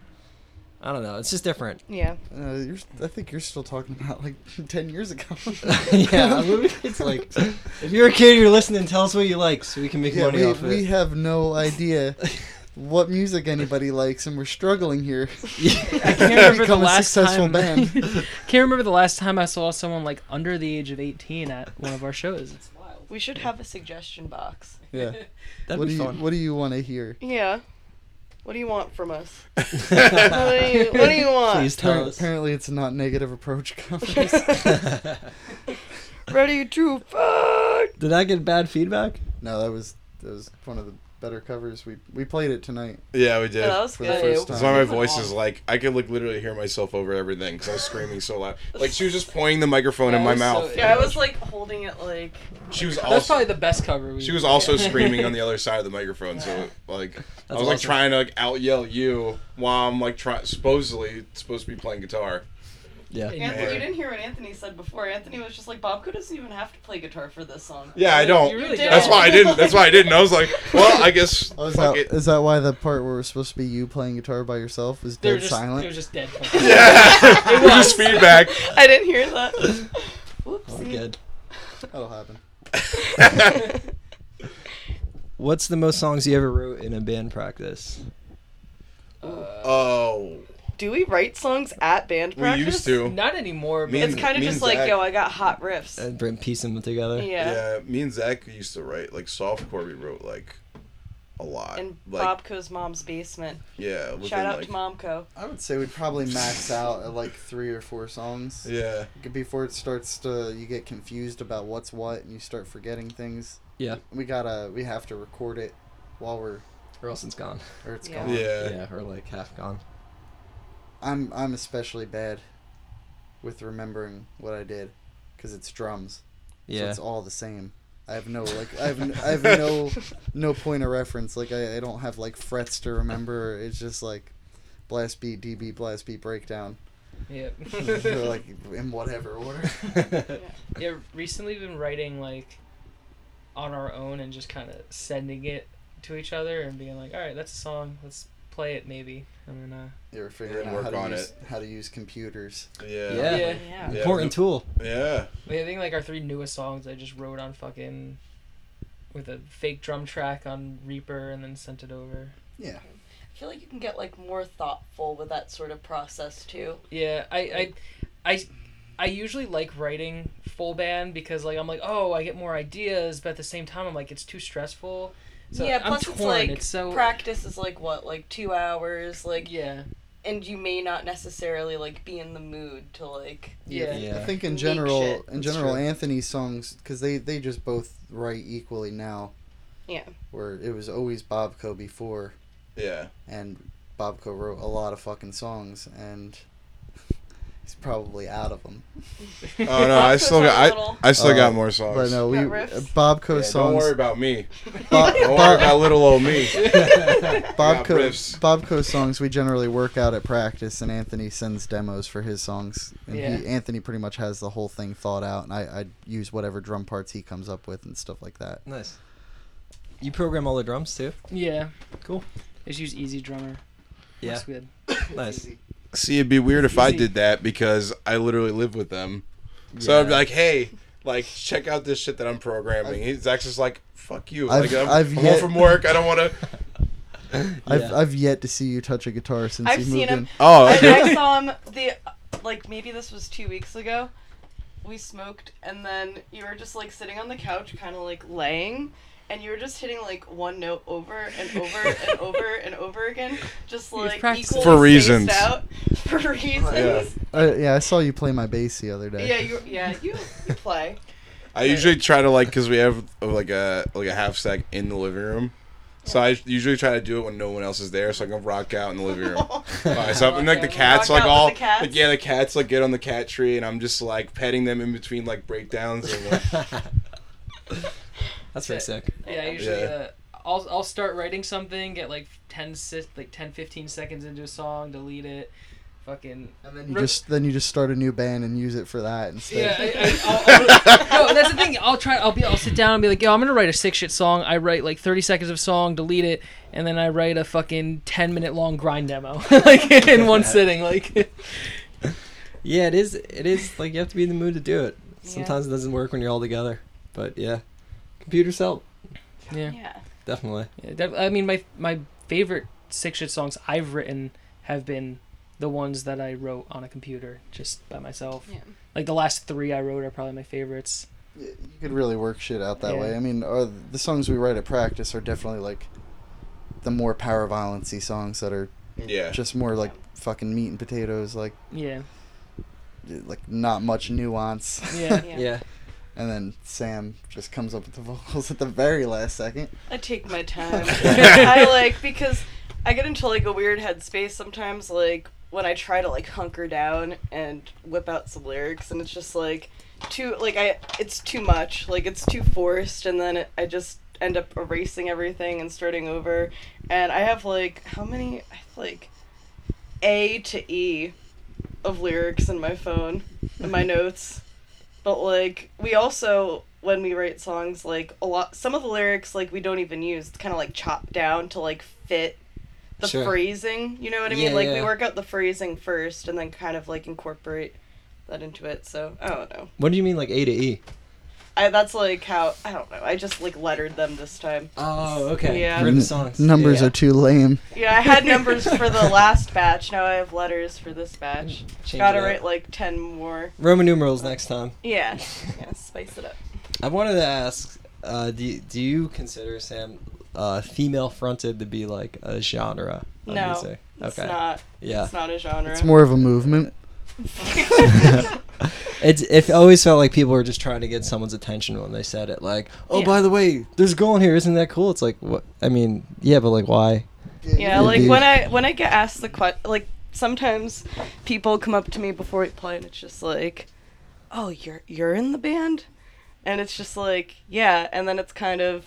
Speaker 5: I don't know. It's just different.
Speaker 7: group. Yeah.
Speaker 4: Uh, you're, I think you're still talking about like ten years ago.
Speaker 5: yeah, I mean, it's like if you're a kid, you're listening. Tell us what you like, so we can make
Speaker 4: Yeah,
Speaker 5: money
Speaker 4: we,
Speaker 5: off
Speaker 4: we
Speaker 5: it.
Speaker 4: have no idea what music anybody likes, and we're struggling here.
Speaker 6: I can't
Speaker 4: Become
Speaker 6: remember
Speaker 4: a
Speaker 6: the last
Speaker 4: successful
Speaker 6: time.
Speaker 4: band.
Speaker 6: can't remember the last time I saw someone like under the age of eighteen at one of our shows.
Speaker 7: We should have a suggestion box.
Speaker 5: yeah, that'd
Speaker 4: what
Speaker 5: be
Speaker 4: do you
Speaker 5: fun.
Speaker 4: What do you want to hear?
Speaker 7: Yeah. What do you want from us? What do you, what do you want?
Speaker 5: Please tell us.
Speaker 4: Apparently, it's not negative approach companies.
Speaker 7: Ready to fight.
Speaker 5: Did I get bad feedback?
Speaker 4: no, that was that was one of the better covers. We we played it tonight.
Speaker 1: Yeah, we did.
Speaker 7: Yeah, Oh, that was
Speaker 4: For
Speaker 7: good.
Speaker 4: the first
Speaker 1: That's
Speaker 4: time.
Speaker 1: why my voice is like I could like literally hear myself over everything because I was screaming so loud. Like she was just pointing the microphone in my mouth.
Speaker 7: Yeah, I was like holding it like.
Speaker 1: she was
Speaker 6: That's
Speaker 1: also
Speaker 6: probably the best cover. We
Speaker 1: she was also screaming on the other side of the microphone. So like I was like
Speaker 5: awesome.
Speaker 1: trying to like out yell you while I'm like try- supposedly supposed to be playing guitar.
Speaker 5: Yeah.
Speaker 7: Anthony, you
Speaker 1: Man.
Speaker 7: didn't hear what Anthony said before. Anthony was just like, Bobco doesn't even have to play guitar for this song.
Speaker 1: Yeah, I
Speaker 6: You
Speaker 1: don't.
Speaker 6: really
Speaker 7: That's
Speaker 1: That's
Speaker 6: don't.
Speaker 1: why I didn't. That's why I didn't. I was like, well, I guess
Speaker 4: Oh, is,
Speaker 1: fuck
Speaker 4: that,
Speaker 1: it.
Speaker 4: is that why the part where it was supposed to be you playing guitar by yourself was
Speaker 6: They were
Speaker 4: dead
Speaker 6: just, It
Speaker 4: silent?
Speaker 6: was just dead.
Speaker 1: Yeah, it was just
Speaker 7: was.
Speaker 1: feedback.
Speaker 7: I didn't hear that. Whoops.
Speaker 5: All good.
Speaker 4: That'll happen.
Speaker 6: Oh,
Speaker 5: What's the most songs you ever wrote in a band practice?
Speaker 1: oh,
Speaker 7: Do we write songs at band
Speaker 1: we
Speaker 7: practice?
Speaker 1: used to.
Speaker 6: Not anymore.
Speaker 1: Me
Speaker 6: But
Speaker 7: It's
Speaker 1: and-
Speaker 7: kind of
Speaker 1: me and
Speaker 7: just like,
Speaker 1: Zach-
Speaker 7: yo, I got hot riffs.
Speaker 5: And Brent piece them together.
Speaker 1: Yeah.
Speaker 7: yeah.
Speaker 1: me and Zach used to write like softcore. We wrote like a lot.
Speaker 7: In
Speaker 1: like
Speaker 7: Bobco's mom's basement.
Speaker 1: yeah, within,
Speaker 7: Shout out
Speaker 1: like,
Speaker 7: to Momco.
Speaker 4: I would say we'd probably max out at like three or four songs
Speaker 1: Yeah,
Speaker 4: before it starts to you get confused about what's what and you start forgetting things.
Speaker 5: Yeah.
Speaker 4: We gotta we have to record it while we're
Speaker 5: Or else it's gone.
Speaker 4: or it's
Speaker 7: Yeah.
Speaker 4: gone.
Speaker 1: yeah,
Speaker 5: yeah, or like half gone.
Speaker 4: I'm I'm especially bad with remembering what I did because it's drums. So
Speaker 5: Yeah.
Speaker 4: it's all the same. I have no like I have n- I have no no point of reference. Like I, I don't have like frets to remember. It's just like blast beat DB blast beat breakdown.
Speaker 6: yeah.
Speaker 4: They're, like in whatever order.
Speaker 6: yeah. Recently, been writing like on our own and just kind of sending it to each other and being like, all right, that's a song. Let's play it maybe. And then uh,
Speaker 4: You ever figuring
Speaker 1: then
Speaker 4: out how
Speaker 1: work
Speaker 4: to
Speaker 1: on
Speaker 4: use, how to use computers?
Speaker 1: yeah,
Speaker 5: Yeah.
Speaker 6: yeah.
Speaker 7: Yeah.
Speaker 1: Yeah.
Speaker 5: Important tool.
Speaker 1: yeah.
Speaker 6: Like, I think like our three newest songs I just wrote on fucking with a fake drum track on Reaper and then sent it over.
Speaker 4: Yeah.
Speaker 7: I feel like you can get like more thoughtful with that sort of process too.
Speaker 6: Yeah, I I I I usually like writing full band because like I'm like, oh, I get more ideas, but at the same time I'm like it's too stressful. So
Speaker 7: yeah,
Speaker 6: I'm
Speaker 7: plus
Speaker 6: torn.
Speaker 7: it's like
Speaker 6: so
Speaker 7: practice is like what, like two hours, like
Speaker 6: yeah.
Speaker 7: and you may not necessarily like be in the mood to like
Speaker 6: Yeah.
Speaker 5: Yeah.
Speaker 4: I think in
Speaker 7: Unique
Speaker 4: general,
Speaker 7: shit.
Speaker 4: in
Speaker 5: That's
Speaker 4: general,
Speaker 5: true.
Speaker 4: Anthony's songs because they they just both write equally now.
Speaker 7: Yeah.
Speaker 4: Where it was always Bobco before,
Speaker 1: yeah.
Speaker 4: and Bobco wrote a lot of fucking songs, and he's probably out of them.
Speaker 1: Oh no, I
Speaker 7: Bobco's
Speaker 1: still
Speaker 7: on
Speaker 1: got
Speaker 7: little-
Speaker 1: I, I still
Speaker 4: Uh,
Speaker 1: got more songs.
Speaker 4: But no, we
Speaker 7: Got riffs?
Speaker 4: Bobco
Speaker 1: Yeah, don't
Speaker 4: songs.
Speaker 1: worry about me.
Speaker 4: Bob,
Speaker 1: Don't worry
Speaker 4: Bob,
Speaker 1: about little old me. I got
Speaker 4: Bobco,
Speaker 1: riffs.
Speaker 4: Bobco songs we generally work out at practice, and Anthony sends demos for his songs. And he,
Speaker 6: Yeah.
Speaker 4: Anthony pretty much has the whole thing thought out, and I, I use whatever drum parts he comes up with and stuff like that.
Speaker 5: Nice. You program all the drums too?
Speaker 6: Yeah.
Speaker 5: Cool.
Speaker 6: Just use Easy Drummer.
Speaker 5: Yeah.
Speaker 6: Looks good.
Speaker 5: Nice.
Speaker 1: See, it'd be weird if I
Speaker 6: Easy.
Speaker 1: did that because I literally live with them. So I'd be
Speaker 5: Yeah.
Speaker 1: like, hey, like check out this shit that I'm programming. He's Zach's just like, fuck you.
Speaker 4: I've-
Speaker 1: like I'm,
Speaker 4: I've
Speaker 1: I'm
Speaker 4: yet-
Speaker 1: home from work. I don't want to.
Speaker 4: I've,
Speaker 5: Yeah.
Speaker 4: I've yet to see you touch a guitar since
Speaker 7: I've
Speaker 4: you
Speaker 7: seen
Speaker 4: moved
Speaker 7: him.
Speaker 4: in.
Speaker 1: Oh,
Speaker 7: I,
Speaker 1: okay.
Speaker 7: I saw him the like maybe this was two weeks ago. We smoked and then you were just like sitting on the couch, kind of like laying, and you were just hitting like one note over and over and over and over again, just
Speaker 6: was
Speaker 7: like
Speaker 6: practicing.
Speaker 7: equally
Speaker 1: For
Speaker 7: spaced
Speaker 1: reasons.
Speaker 7: out. for reasons.
Speaker 1: Yeah.
Speaker 7: Yeah,
Speaker 4: Uh, yeah, I saw you play my bass the other day.
Speaker 7: you yeah you, you play.
Speaker 1: I usually try to like because we have uh, like a like a half stack in the living room. So I usually try to do it when no one else is there, so I can rock out in the living room. by myself. And like the
Speaker 6: Rock
Speaker 1: cats,
Speaker 7: out
Speaker 1: like
Speaker 7: with
Speaker 1: all
Speaker 7: the cats?
Speaker 1: like, yeah, the cats like get on the cat tree, and I'm just like petting them in between like breakdowns. And, like,
Speaker 5: That's pretty sick.
Speaker 6: Yeah, I usually
Speaker 1: Yeah.
Speaker 6: Uh, I'll I'll start writing something, get like 10 si- like 10 15 seconds into a song, delete it. Fucking
Speaker 4: And then you
Speaker 6: Re-
Speaker 4: just then you just start a new band and use it for that
Speaker 6: Yeah,
Speaker 4: instead.
Speaker 6: I, I, I'll, I'll, no, that's the thing. I'll try. I'll be. I'll sit down and be like, "Yo, I'm gonna write a six shit song." I write like 30 seconds of song, delete it, and then I write a fucking 10 minute long grind demo, like in one sitting. Like,
Speaker 5: Yeah, it is. It is like you have to be in the mood to do it.
Speaker 7: Yeah.
Speaker 5: Sometimes it doesn't work when you're all together, but yeah, computers help
Speaker 6: yeah.
Speaker 7: Yeah.
Speaker 5: definitely.
Speaker 6: Yeah, def- I mean, my my favorite six shit songs I've written have been the ones that I wrote on a computer just by myself.
Speaker 7: Yeah.
Speaker 6: Like the last three I wrote are probably my favorites.
Speaker 4: you could really work shit out that
Speaker 6: Yeah.
Speaker 4: way. I mean, uh, the songs we write at practice are definitely like the more power violency songs that are
Speaker 1: yeah,
Speaker 4: just more like fucking meat and potatoes, like
Speaker 6: Yeah,
Speaker 4: like not much nuance.
Speaker 6: yeah.
Speaker 7: Yeah.
Speaker 5: Yeah.
Speaker 4: and then Sam just comes up with the vocals at the very last second.
Speaker 7: I take my time. I like because I get into like a weird headspace sometimes, like when I try to like hunker down and whip out some lyrics, and it's just like too like I it's too much, like it's too forced, and then it, I just end up erasing everything and starting over. And I have like how many? I have like A to E of lyrics in my phone in my notes. But like we also when we write songs like a lot some of the lyrics like we don't even use kind of like chop down to like fit the
Speaker 5: Sure.
Speaker 7: phrasing, you know what I
Speaker 5: Yeah,
Speaker 7: mean? Like we
Speaker 5: yeah.
Speaker 7: work out the phrasing first and then kind of like incorporate that into it. So, I don't know.
Speaker 5: What do you mean like A to E?
Speaker 7: I that's like how I don't know. I just like lettered them this time.
Speaker 5: Oh, okay.
Speaker 7: Yeah.
Speaker 5: For the songs.
Speaker 4: Numbers
Speaker 7: Yeah.
Speaker 4: are too lame.
Speaker 7: Yeah, I had numbers for the last batch. Now I have letters for this batch.
Speaker 5: Change
Speaker 7: Gotta
Speaker 5: it up.
Speaker 7: write like 10 more.
Speaker 5: Roman numerals next time.
Speaker 7: Yeah. yeah, spice it up.
Speaker 5: I wanted to ask, uh, do do you consider Sam uh, female fronted to be like a genre of
Speaker 7: No,
Speaker 5: music?
Speaker 7: It's
Speaker 5: okay.
Speaker 7: not.
Speaker 5: yeah.
Speaker 7: It's not a genre.
Speaker 4: It's more of a movement.
Speaker 5: It's it always felt like people were just trying to get someone's attention when they said it. Like, oh,
Speaker 7: Yeah.
Speaker 5: by the way, there's a girl in here. Isn't that cool? It's like, what? I mean, yeah, but like, why?
Speaker 7: yeah,
Speaker 5: It'd
Speaker 7: like
Speaker 5: be-
Speaker 7: when I when I get asked the question, like sometimes people come up to me before we play, and it's just like, "Oh, you're you're in the band," and it's just like, "Yeah," and then it's kind of,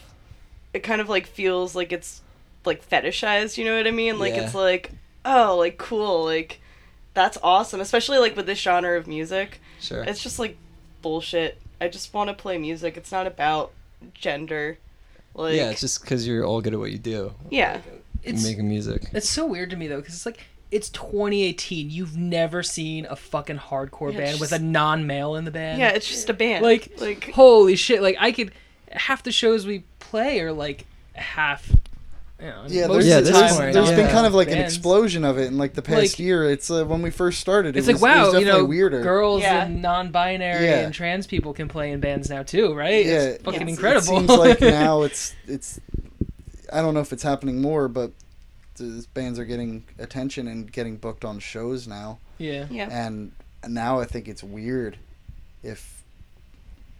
Speaker 7: it kind of like feels like it's like fetishized. You know what I mean? Like
Speaker 5: Yeah.
Speaker 7: it's like, "Oh, like cool, like that's awesome," especially like with this genre of music.
Speaker 5: Sure.
Speaker 7: It's just like bullshit. I just want to play music. It's not about gender. Like
Speaker 5: yeah, it's just because you're all good at what you do,
Speaker 7: yeah.
Speaker 6: It's
Speaker 5: making music.
Speaker 6: it's so weird to me though, because it's like it's 2018. You've never seen a fucking hardcore
Speaker 7: Yeah,
Speaker 6: band
Speaker 7: it's
Speaker 6: with a
Speaker 7: just-
Speaker 6: non-male in the band.
Speaker 7: Yeah, it's just a band.
Speaker 6: like
Speaker 7: like
Speaker 6: holy shit like i could half the shows we play are like half you know,
Speaker 4: Yeah,
Speaker 6: most
Speaker 4: there's,
Speaker 5: Yeah,
Speaker 6: of the
Speaker 5: this
Speaker 6: time
Speaker 5: is-
Speaker 6: are
Speaker 4: there's
Speaker 5: not
Speaker 4: been
Speaker 5: bad
Speaker 4: kind of like an
Speaker 6: bands.
Speaker 4: explosion of it in like the past
Speaker 6: Like-
Speaker 4: year. It's uh, when we first started. It
Speaker 6: it's
Speaker 4: was,
Speaker 6: like
Speaker 4: it was
Speaker 6: wow you
Speaker 4: definitely
Speaker 6: know
Speaker 4: weirder.
Speaker 6: girls
Speaker 7: Yeah.
Speaker 6: and non-binary
Speaker 4: Yeah.
Speaker 6: and trans people can play in bands now too right
Speaker 4: Yeah,
Speaker 6: it's fucking
Speaker 4: it's-
Speaker 6: incredible
Speaker 4: It seems like now it's it's. I don't know if it's happening more, but these bands are getting attention and getting booked on shows now.
Speaker 6: yeah
Speaker 7: yeah.
Speaker 4: And now I think it's weird if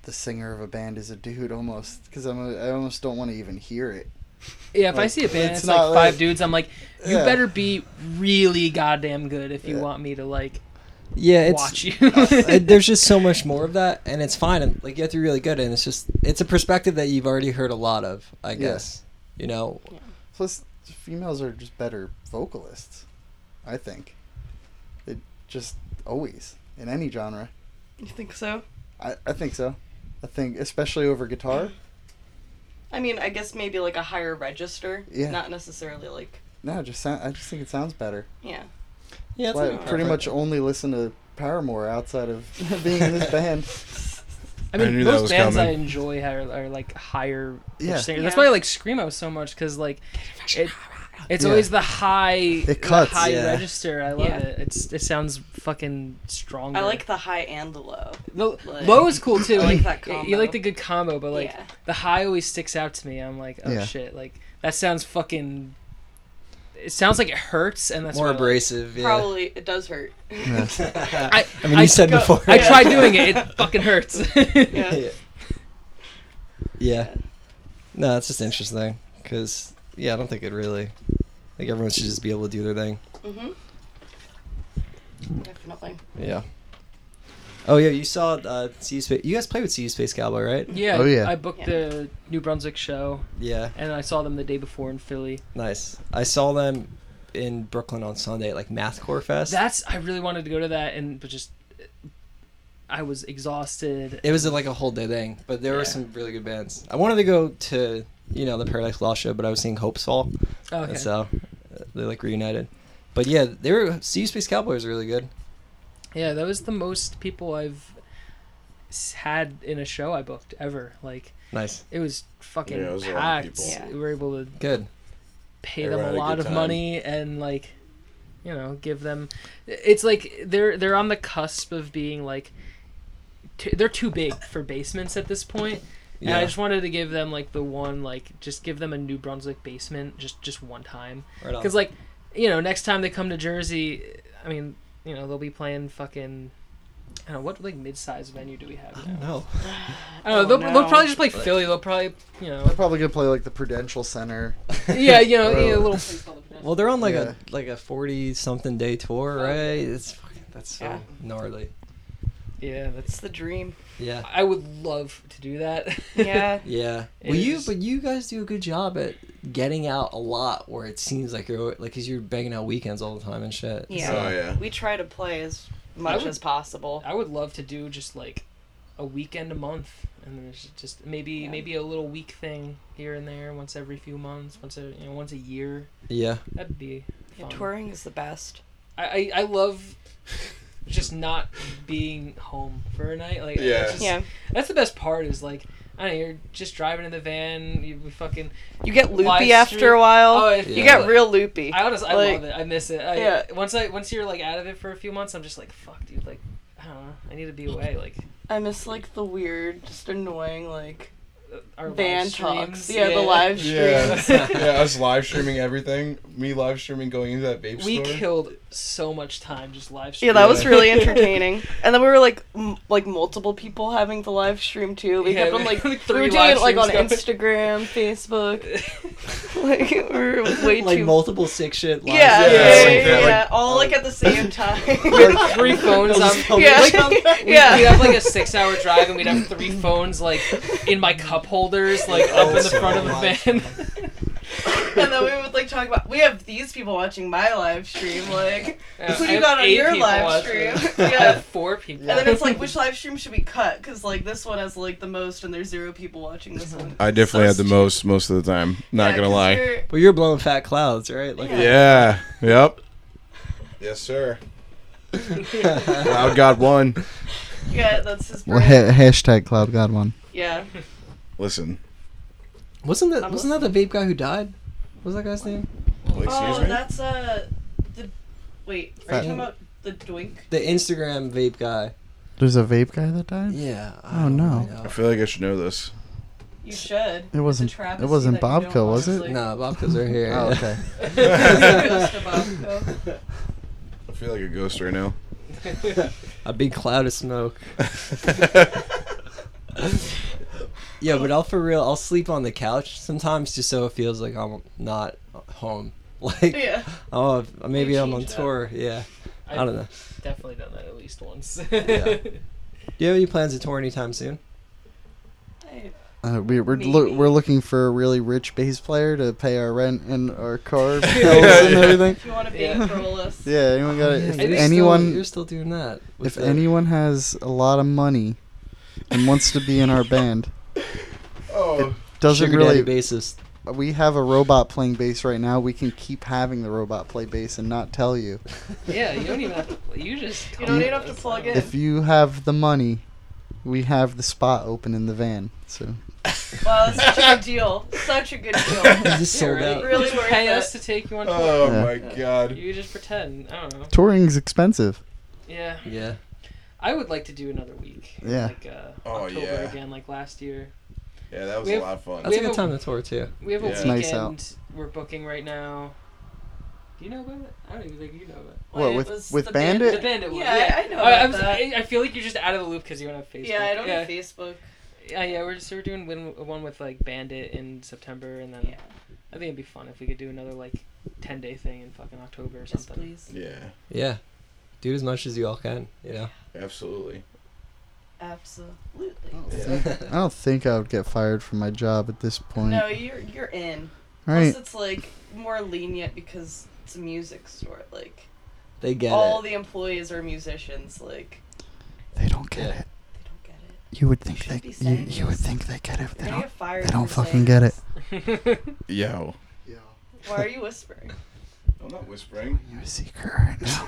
Speaker 4: the singer of a band is a dude almost because I'm a, I almost don't want to even hear it.
Speaker 6: yeah if i
Speaker 4: Like,
Speaker 6: see a band
Speaker 4: it's
Speaker 6: it's, like
Speaker 4: not
Speaker 6: five
Speaker 4: like-
Speaker 6: dudes i'm like you
Speaker 4: Yeah.
Speaker 6: better be really goddamn good if you
Speaker 4: Yeah.
Speaker 6: want me to like
Speaker 5: Yeah, it's
Speaker 6: watch you
Speaker 5: I- Uh, there's just so much more of that, and it's fine. And like you have to be really good, and it's just it's a perspective that you've already heard a lot of, I guess. You know,
Speaker 4: Plus, females are just better vocalists. I think. It just always in any genre.
Speaker 7: You think so?
Speaker 4: I, I think so. I think especially over guitar.
Speaker 7: I mean, I guess maybe like a higher register.
Speaker 4: Yeah.
Speaker 7: Not necessarily like
Speaker 4: No, it just sound, I just think it sounds better.
Speaker 7: yeah.
Speaker 5: yeah, it's
Speaker 4: Why I
Speaker 5: like a
Speaker 4: pretty
Speaker 5: prefer-
Speaker 4: much only listen to Paramore outside of being in this band.
Speaker 6: I
Speaker 1: I
Speaker 6: mean,
Speaker 1: knew that
Speaker 6: most
Speaker 1: was
Speaker 6: bands I
Speaker 1: coming.
Speaker 6: enjoy are, are like higher.
Speaker 4: Yeah.
Speaker 6: Yeah. That's
Speaker 7: Yeah.
Speaker 6: why I like screamo so much because like, it, it's
Speaker 4: Yeah.
Speaker 6: always the high, the
Speaker 4: cuts.
Speaker 6: high
Speaker 5: Yeah.
Speaker 6: register. I love
Speaker 7: Yeah.
Speaker 6: it. It's it sounds fucking strong.
Speaker 7: I like the high and the low.
Speaker 6: the
Speaker 7: like-
Speaker 6: low is cool too.
Speaker 7: I like
Speaker 6: Like
Speaker 7: that
Speaker 6: y-
Speaker 7: combo.
Speaker 6: you like the good combo, but like
Speaker 7: Yeah.
Speaker 6: the high always sticks out to me. I'm like, oh
Speaker 4: Yeah.
Speaker 6: shit, like that sounds fucking. It sounds like it hurts, and that's
Speaker 5: more
Speaker 6: why I like-
Speaker 5: abrasive. Yeah.
Speaker 7: Probably it does hurt.
Speaker 5: I,
Speaker 6: I-
Speaker 5: mean,
Speaker 6: I
Speaker 5: you said
Speaker 7: go-
Speaker 5: before.
Speaker 6: I
Speaker 7: Yeah.
Speaker 6: tried doing it. It fucking hurts.
Speaker 7: Yeah.
Speaker 5: yeah. Yeah. No, it's just interesting because yeah, I don't think it really. Like everyone should just be able to do their thing.
Speaker 7: Mhm. Definitely.
Speaker 5: Yeah. Oh yeah, you saw uh, CU Space. You guys played with CU Space Cowboy, right?
Speaker 6: yeah,
Speaker 4: Oh, yeah.
Speaker 6: I booked
Speaker 7: Yeah.
Speaker 6: the New Brunswick show,
Speaker 5: Yeah.
Speaker 6: and I saw them the day before in Philly.
Speaker 5: Nice. I saw them in Brooklyn on Sunday at like Mathcore Fest.
Speaker 6: That's I really wanted to go to that and but just I was exhausted.
Speaker 5: it was like a whole day thing, but there were
Speaker 6: Yeah.
Speaker 5: some really good bands. I wanted to go to you know the Paradise Lost show, but I was seeing Hope's Fall,
Speaker 6: Oh,
Speaker 5: and
Speaker 6: okay.
Speaker 5: so uh, they like reunited. But yeah, they were CU Space Cowboy was really good.
Speaker 6: Yeah, that was the most people I've s- had in a show I booked ever. Like
Speaker 5: Nice,
Speaker 6: it was fucking
Speaker 1: Yeah, it was a lot of
Speaker 6: packed.
Speaker 1: people.
Speaker 7: Yeah.
Speaker 6: We were able to
Speaker 5: good.
Speaker 6: pay
Speaker 1: Everyone
Speaker 6: them
Speaker 1: had
Speaker 6: a
Speaker 1: a
Speaker 6: lot
Speaker 1: good
Speaker 6: of
Speaker 1: time.
Speaker 6: money and like you know give them it's like they're they're on the cusp of being like t- they're too big for basements at this point and
Speaker 5: Yeah.
Speaker 6: i just wanted to give them like the one like just give them a new brunswick basement just just one time
Speaker 5: Right on.
Speaker 6: Because like, you know, next time they come to Jersey, I mean, you know, they'll be playing fucking. I don't know what like mid-sized venue do we have?
Speaker 5: I
Speaker 6: Now?
Speaker 5: don't know.
Speaker 6: I don't know.
Speaker 7: Oh,
Speaker 6: They'll,
Speaker 7: no.
Speaker 6: they'll probably just play Philly. They'll probably, you
Speaker 4: They're
Speaker 6: know,
Speaker 4: probably gonna play like the Prudential Center.
Speaker 6: yeah, you know,
Speaker 4: Bro.
Speaker 6: yeah, a little.
Speaker 5: Well, they're on like
Speaker 4: Yeah.
Speaker 5: a like a forty something day tour,
Speaker 6: Oh,
Speaker 5: right? It's fucking that's so
Speaker 7: Yeah.
Speaker 5: gnarly.
Speaker 6: Yeah,
Speaker 7: It's
Speaker 6: that's.
Speaker 7: the dream.
Speaker 5: Yeah.
Speaker 6: I would love to do that.
Speaker 7: Yeah.
Speaker 5: Yeah.
Speaker 6: It
Speaker 5: Well, you
Speaker 6: is-
Speaker 5: but you guys do a good job at getting out a lot where it seems like you're like because you're banging out weekends all the time and shit.
Speaker 7: Yeah.
Speaker 5: so-
Speaker 1: Oh yeah.
Speaker 7: we try to play as much
Speaker 6: would-
Speaker 7: as possible.
Speaker 6: I would love to do just like a weekend a month, and then it's just maybe
Speaker 7: Yeah.
Speaker 6: maybe a little week thing here and there, once every few months, once a you know once a year.
Speaker 5: Yeah.
Speaker 6: That'd be
Speaker 7: Yeah,
Speaker 6: fun.
Speaker 7: touring is the best.
Speaker 6: I, I I love just not being home for a night. Like
Speaker 1: Yeah.
Speaker 6: it's just-
Speaker 7: Yeah,
Speaker 6: That's the best part is like I don't know, you're just driving in the van. You we fucking
Speaker 7: you get
Speaker 6: Live
Speaker 7: loopy after
Speaker 6: stream-
Speaker 7: a while.
Speaker 6: oh, it-
Speaker 7: You
Speaker 5: Yeah.
Speaker 7: get real loopy.
Speaker 6: I honestly, I
Speaker 7: Like-
Speaker 6: love it. I miss it. I,
Speaker 7: Yeah.
Speaker 6: Once I once you're like out of it for a few months, I'm just like fuck, dude. Like I don't know. I need to be away. Like
Speaker 7: I miss like the weird, just annoying like
Speaker 6: uh, our
Speaker 7: van
Speaker 6: live streams.
Speaker 7: talks. Yeah, the live
Speaker 1: Yeah.
Speaker 7: streams.
Speaker 1: yeah, us live streaming everything. Me live streaming going into that vape
Speaker 6: We
Speaker 1: store.
Speaker 6: killed so much time just live
Speaker 7: Yeah,
Speaker 6: streaming.
Speaker 7: that was
Speaker 1: Yeah.
Speaker 7: really entertaining. And then we were like, m- like multiple people having the live stream too. We
Speaker 6: Yeah,
Speaker 7: kept on like,
Speaker 6: like
Speaker 7: we
Speaker 6: three
Speaker 7: were doing
Speaker 6: live
Speaker 7: it like on
Speaker 6: streams
Speaker 7: Instagram, Facebook. Like we were way
Speaker 5: Like
Speaker 7: too.
Speaker 5: multiple sick shit. Live
Speaker 7: yeah,
Speaker 1: Yeah,
Speaker 7: yeah,
Speaker 1: yeah,
Speaker 7: yeah,
Speaker 1: like that,
Speaker 7: yeah,
Speaker 1: like-
Speaker 7: all like at the same time.
Speaker 6: like three phones on.
Speaker 7: yeah,
Speaker 6: Like, We'd,
Speaker 7: yeah.
Speaker 6: we'd have like a six-hour drive, and we'd have three phones like in my cup holders, like up in the
Speaker 5: Also
Speaker 6: front of the
Speaker 5: live
Speaker 6: van.
Speaker 7: and then we would like talk about we have these people watching my live stream. Like,
Speaker 6: Yeah,
Speaker 7: who
Speaker 6: I
Speaker 7: do you
Speaker 6: have
Speaker 7: got on
Speaker 6: eight
Speaker 7: your
Speaker 6: people
Speaker 7: live
Speaker 6: watching.
Speaker 7: stream?
Speaker 6: I
Speaker 7: yeah.
Speaker 6: have four people.
Speaker 7: And then it's like, which live stream should we cut? Because like this one has like the most, and there's zero people watching this one.
Speaker 1: I definitely
Speaker 7: Sus
Speaker 1: had the most most of the time. Not
Speaker 7: Yeah,
Speaker 1: gonna
Speaker 7: 'cause
Speaker 1: lie.
Speaker 7: you're-
Speaker 5: But you're blowing fat clouds, right? Like,
Speaker 1: Yeah. Yep. Yes, sir. Cloud Oh, God one.
Speaker 7: Yeah, that's his.
Speaker 4: Well,
Speaker 7: brand.
Speaker 4: ha- hashtag Cloud God one.
Speaker 7: Yeah.
Speaker 1: Listen.
Speaker 5: wasn't that
Speaker 7: I'm
Speaker 5: wasn't that the vape guy who died? What was that guy's name?
Speaker 1: Excuse
Speaker 7: oh,
Speaker 1: me.
Speaker 7: that's uh, the wait. Are you
Speaker 5: Fat-
Speaker 7: talking about the doink?
Speaker 5: The Instagram vape guy.
Speaker 4: There's a vape guy that died.
Speaker 5: Yeah. I
Speaker 4: Oh,
Speaker 5: don't
Speaker 4: no.
Speaker 1: I
Speaker 5: know.
Speaker 1: feel like I should know this.
Speaker 7: You should.
Speaker 4: It wasn't.
Speaker 7: travesty
Speaker 4: It wasn't
Speaker 7: that you don't
Speaker 4: Bobco, was it?
Speaker 7: honestly-
Speaker 5: No, Bobca's right here.
Speaker 4: Oh, okay.
Speaker 7: Ghost of Bobco.
Speaker 1: I feel like a ghost right now.
Speaker 5: A big cloud of smoke. Yeah, but I'll for real, I'll sleep on the couch sometimes just so it feels like I'm not home. Like,
Speaker 7: Yeah.
Speaker 5: oh, maybe
Speaker 7: You
Speaker 5: I'm on
Speaker 7: change that.
Speaker 5: tour. Yeah. I don't know.
Speaker 6: Definitely done that at least once.
Speaker 5: Do you have any plans to tour anytime soon?
Speaker 7: I-
Speaker 4: Uh, we, we're
Speaker 7: Maybe.
Speaker 4: loo- we're looking for a really rich bass player to pay our rent and our car bills and
Speaker 1: yeah.
Speaker 4: everything.
Speaker 7: If you want to be
Speaker 6: Yeah.
Speaker 7: a uh, us.
Speaker 4: Yeah, anyone got it?
Speaker 5: Oh, Yeah,
Speaker 4: If
Speaker 5: you're still-
Speaker 4: anyone,
Speaker 5: you're still doing that. with
Speaker 4: if
Speaker 5: the-
Speaker 4: anyone has a lot of money and wants to be in our band,
Speaker 1: oh.
Speaker 4: doesn't
Speaker 5: sugar
Speaker 4: really.
Speaker 5: daddy bassist.
Speaker 4: We have a robot playing bass right now. We can keep having the robot play bass and not tell you.
Speaker 6: yeah, you don't even have to. You just.
Speaker 7: You
Speaker 6: come
Speaker 7: don't
Speaker 6: with
Speaker 7: even have to
Speaker 6: us.
Speaker 7: plug in.
Speaker 4: If you have the money, we have the spot open in the van. So
Speaker 7: Wow, that's such a good deal. Such a good
Speaker 5: He's
Speaker 7: deal.
Speaker 5: just
Speaker 6: Yeah,
Speaker 5: sold
Speaker 6: right?
Speaker 5: out.
Speaker 7: Really
Speaker 6: You just
Speaker 7: worth
Speaker 6: pay
Speaker 7: it.
Speaker 6: us to take you on tour.
Speaker 1: Oh
Speaker 4: Yeah.
Speaker 1: my god.
Speaker 6: You just pretend. I don't know.
Speaker 4: touring's expensive.
Speaker 6: Yeah.
Speaker 5: Yeah.
Speaker 6: I would like to do another week.
Speaker 4: Yeah.
Speaker 6: Like uh,
Speaker 1: Oh,
Speaker 6: October
Speaker 1: yeah.
Speaker 6: again, like last year.
Speaker 1: Yeah, that was
Speaker 6: We
Speaker 1: a
Speaker 6: have-
Speaker 1: lot of fun.
Speaker 5: That's a
Speaker 6: have
Speaker 5: good
Speaker 6: a-
Speaker 5: time to tour too.
Speaker 6: We have a
Speaker 1: Yeah. It's
Speaker 6: weekend
Speaker 4: nice out.
Speaker 6: we're booking right now. Do you know about it? I don't even think you know about it.
Speaker 4: What,
Speaker 7: Wait,
Speaker 4: with-
Speaker 7: was
Speaker 4: with
Speaker 7: the
Speaker 4: Bandit?
Speaker 6: The bandit one.
Speaker 7: Yeah, I- I know
Speaker 6: I,
Speaker 7: about
Speaker 6: was-
Speaker 7: that.
Speaker 6: I- I feel like you're just out of the loop because you don't have Facebook.
Speaker 7: Yeah, I don't
Speaker 6: yeah.
Speaker 7: have Facebook.
Speaker 6: Yeah, yeah, we're just we're doing win- one with like Bandit in September, and then
Speaker 7: Yeah.
Speaker 6: I think it'd be fun if we could do another like ten day thing in fucking October or
Speaker 7: Yes,
Speaker 6: something.
Speaker 7: please.
Speaker 1: Yeah,
Speaker 5: Yeah. Do as much as you all can. You know.
Speaker 1: absolutely.
Speaker 7: Absolutely.
Speaker 4: Oh, I don't think I would get fired from my job at this point.
Speaker 7: No, you're you're in.
Speaker 4: All right.
Speaker 7: Plus, it's like more lenient because it's a music store. Like
Speaker 5: They get
Speaker 7: all
Speaker 5: it.
Speaker 7: the employees are musicians. Like
Speaker 4: They don't get
Speaker 5: Yeah.
Speaker 4: it.
Speaker 7: they don't get it.
Speaker 4: You would
Speaker 7: You
Speaker 4: think
Speaker 7: should
Speaker 4: they
Speaker 7: be
Speaker 4: you,
Speaker 7: saying
Speaker 4: you would
Speaker 7: this.
Speaker 4: think they get it. They
Speaker 7: You're gonna
Speaker 4: don't.
Speaker 7: get fired.
Speaker 4: They don't
Speaker 7: for saying
Speaker 4: fucking get it.
Speaker 7: this.
Speaker 1: Yo.
Speaker 7: Why are you whispering?
Speaker 1: I'm not whispering.
Speaker 4: You're a secret right now.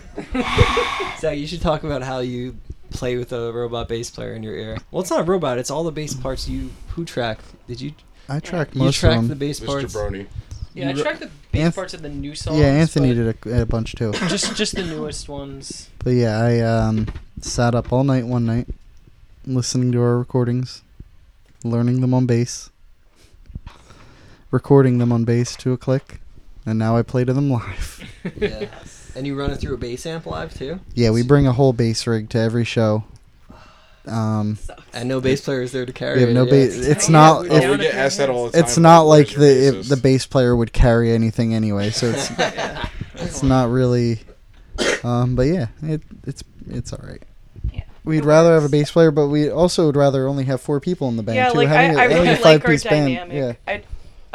Speaker 5: Zach, you should talk about how you play with a robot bass player in your ear. Well, it's not a robot. It's all the bass parts you who tracked. Did you?
Speaker 4: I track
Speaker 5: You
Speaker 4: most
Speaker 5: tracked
Speaker 4: of
Speaker 5: the
Speaker 4: them.
Speaker 5: bass
Speaker 1: Mr.
Speaker 5: parts.
Speaker 1: Brony.
Speaker 6: Yeah, I
Speaker 5: You-
Speaker 6: tracked the big
Speaker 4: Anth-
Speaker 6: parts of the new songs.
Speaker 4: yeah, Anthony
Speaker 6: but
Speaker 4: did a, a bunch too.
Speaker 6: Just just the newest ones.
Speaker 4: But yeah, I um, sat up all night one night, listening to our recordings, learning them on bass, recording them on bass to a click, and now I play to them live.
Speaker 5: Yeah. And you run it through a bass amp live too.
Speaker 4: Yeah, we bring a whole bass rig to every show. Um,
Speaker 7: Sucks.
Speaker 5: And no bass player is there to carry.
Speaker 4: We have
Speaker 5: it,
Speaker 4: no
Speaker 5: yeah.
Speaker 4: bass- it's not-
Speaker 1: Oh,
Speaker 4: If-
Speaker 1: we get asked that all the time.
Speaker 4: it's not
Speaker 1: like,
Speaker 4: like
Speaker 1: where's your
Speaker 4: the
Speaker 1: bassist?
Speaker 4: the bass player would carry anything anyway, so it's it's not really. Um, but yeah, it it's it's all right.
Speaker 7: Yeah.
Speaker 4: We'd
Speaker 7: It
Speaker 4: rather have a
Speaker 7: works.
Speaker 4: bass player, but we also would rather only have four people in the band
Speaker 7: yeah,
Speaker 4: too.
Speaker 7: like
Speaker 4: Having
Speaker 7: I, I
Speaker 4: a- having
Speaker 7: really
Speaker 4: a
Speaker 7: like our
Speaker 4: five-piece band,
Speaker 7: dynamic.
Speaker 4: yeah.
Speaker 7: I,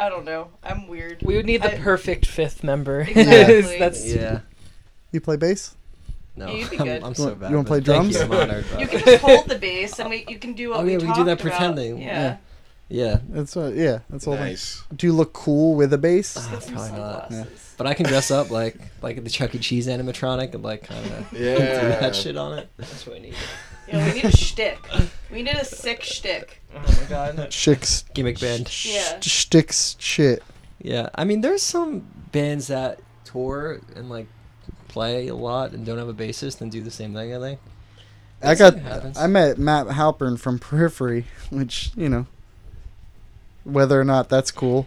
Speaker 7: I don't know. I'm weird.
Speaker 6: We would need the
Speaker 7: I-
Speaker 6: perfect fifth member.
Speaker 7: Exactly.
Speaker 6: That's
Speaker 5: Yeah.
Speaker 4: You play bass?
Speaker 5: No,
Speaker 7: You'd be
Speaker 5: I'm,
Speaker 7: good.
Speaker 5: I'm
Speaker 4: You
Speaker 5: so
Speaker 4: want-
Speaker 5: bad.
Speaker 4: you wanna
Speaker 5: but
Speaker 4: play
Speaker 5: thank you,
Speaker 1: drums?
Speaker 5: I'm honored, but-
Speaker 7: You can just hold the bass and we you can do what
Speaker 5: Oh,
Speaker 7: we
Speaker 5: yeah, we do
Speaker 7: talked about.
Speaker 5: that pretending,
Speaker 7: Yeah.
Speaker 5: yeah,
Speaker 4: That's uh, yeah. That's all.
Speaker 1: Nice.
Speaker 4: Do you look cool with a bass?
Speaker 5: Ah,
Speaker 7: Get some
Speaker 5: probably not.
Speaker 7: sunglasses.
Speaker 5: But I can dress up like like the Chuck E. Cheese animatronic and like kind of do
Speaker 1: Yeah.
Speaker 5: that shit on it. That's what I need.
Speaker 7: Yeah, we need a shtick. We need a sick shtick.
Speaker 6: Oh my god.
Speaker 4: Chicks,
Speaker 5: Gimmick band.
Speaker 7: Yeah.
Speaker 4: sticks, shit.
Speaker 5: Yeah, I mean, there's some bands that tour and like play a lot and don't have a bassist and do the same thing. I think.
Speaker 4: I
Speaker 5: That's-
Speaker 4: got.
Speaker 5: it happens.
Speaker 4: I met Matt Halpern from Periphery, which you know, whether or not that's cool.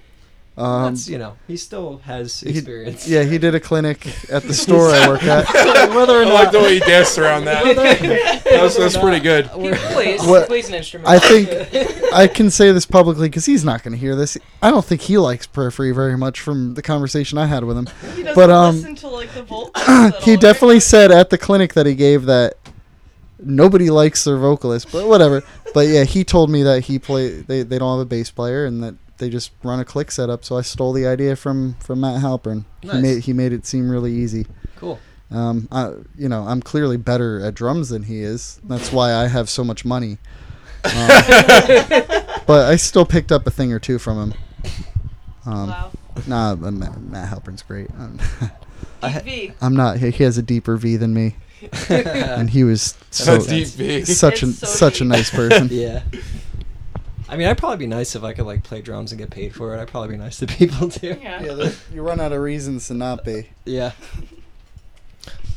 Speaker 4: Um,
Speaker 5: That's you know, he still has
Speaker 4: he-
Speaker 5: experience.
Speaker 4: yeah, he did a clinic at the store I work at.
Speaker 5: whether or
Speaker 1: I
Speaker 5: not.
Speaker 1: like the way you danced around that. That's, that's pretty good.
Speaker 6: He plays.
Speaker 4: What-
Speaker 6: He plays an instrument.
Speaker 4: I think I can say this publicly because he's not going to hear this. I don't think he likes Periphery very much from the conversation I had with him.
Speaker 7: He doesn't
Speaker 4: But, um,
Speaker 7: listen to like the voltage. at
Speaker 4: he
Speaker 7: all.
Speaker 4: definitely said at the clinic that he gave that nobody likes their vocalist, but whatever. But yeah, he told me that he play they, they don't have a bass player and that they just run a click setup. So I stole the idea from from Matt Halpern. He
Speaker 5: Nice.
Speaker 4: made he made it seem really easy.
Speaker 5: Cool.
Speaker 4: Um, I, you know, I'm clearly better at drums than he is. That's why I have so much money. Um, but I still picked up a thing or two from him. Um,
Speaker 7: Wow.
Speaker 4: Nah, but Matt, Matt Halpern's great. I'm,
Speaker 7: V.
Speaker 4: I'm not. He he has a deeper V than me
Speaker 5: yeah.
Speaker 4: and he was so
Speaker 1: So deep V.
Speaker 4: such a
Speaker 7: It's so
Speaker 4: such a
Speaker 7: deep.
Speaker 4: nice person.
Speaker 5: I mean, I'd probably be nice if I could like play drums and get paid for it. I'd probably be nice to people too.
Speaker 7: Yeah.
Speaker 4: you run out of reasons to not be.
Speaker 5: Yeah.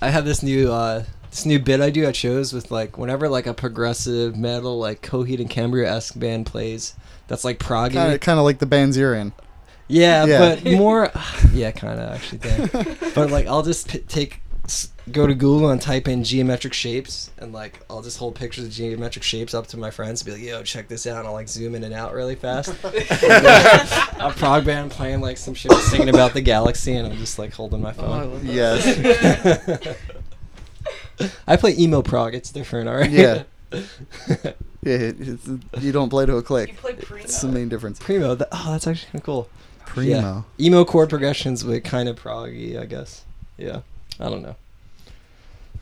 Speaker 5: I have this new uh this new bit I do at shows with like whenever like a progressive metal like Coheed and Cambria esque band plays that's like proggy.
Speaker 4: Kind of, kind of like the bands you're in.
Speaker 5: yeah,
Speaker 4: yeah.
Speaker 5: but more yeah, kind of actually. Dang. but like I'll just p- take s- go to Google and type in geometric shapes and like I'll just hold pictures of geometric shapes up to my friends and be like, "Yo, check this out." And I'll like zoom in and out really fast. a prog band playing like some shit singing about the galaxy and I'm just like holding my
Speaker 6: Oh,
Speaker 5: phone.
Speaker 4: Yes.
Speaker 5: I play emo prog. It's different, all right?
Speaker 4: Yeah. Yeah, it- it's, you don't play to a
Speaker 7: You
Speaker 4: click.
Speaker 7: play pre
Speaker 4: It's the main difference.
Speaker 5: Primo. That, oh, that's actually kind of cool.
Speaker 4: Primo.
Speaker 5: Yeah. Emo chord progressions with kind of proggy, I guess. Yeah. I don't know.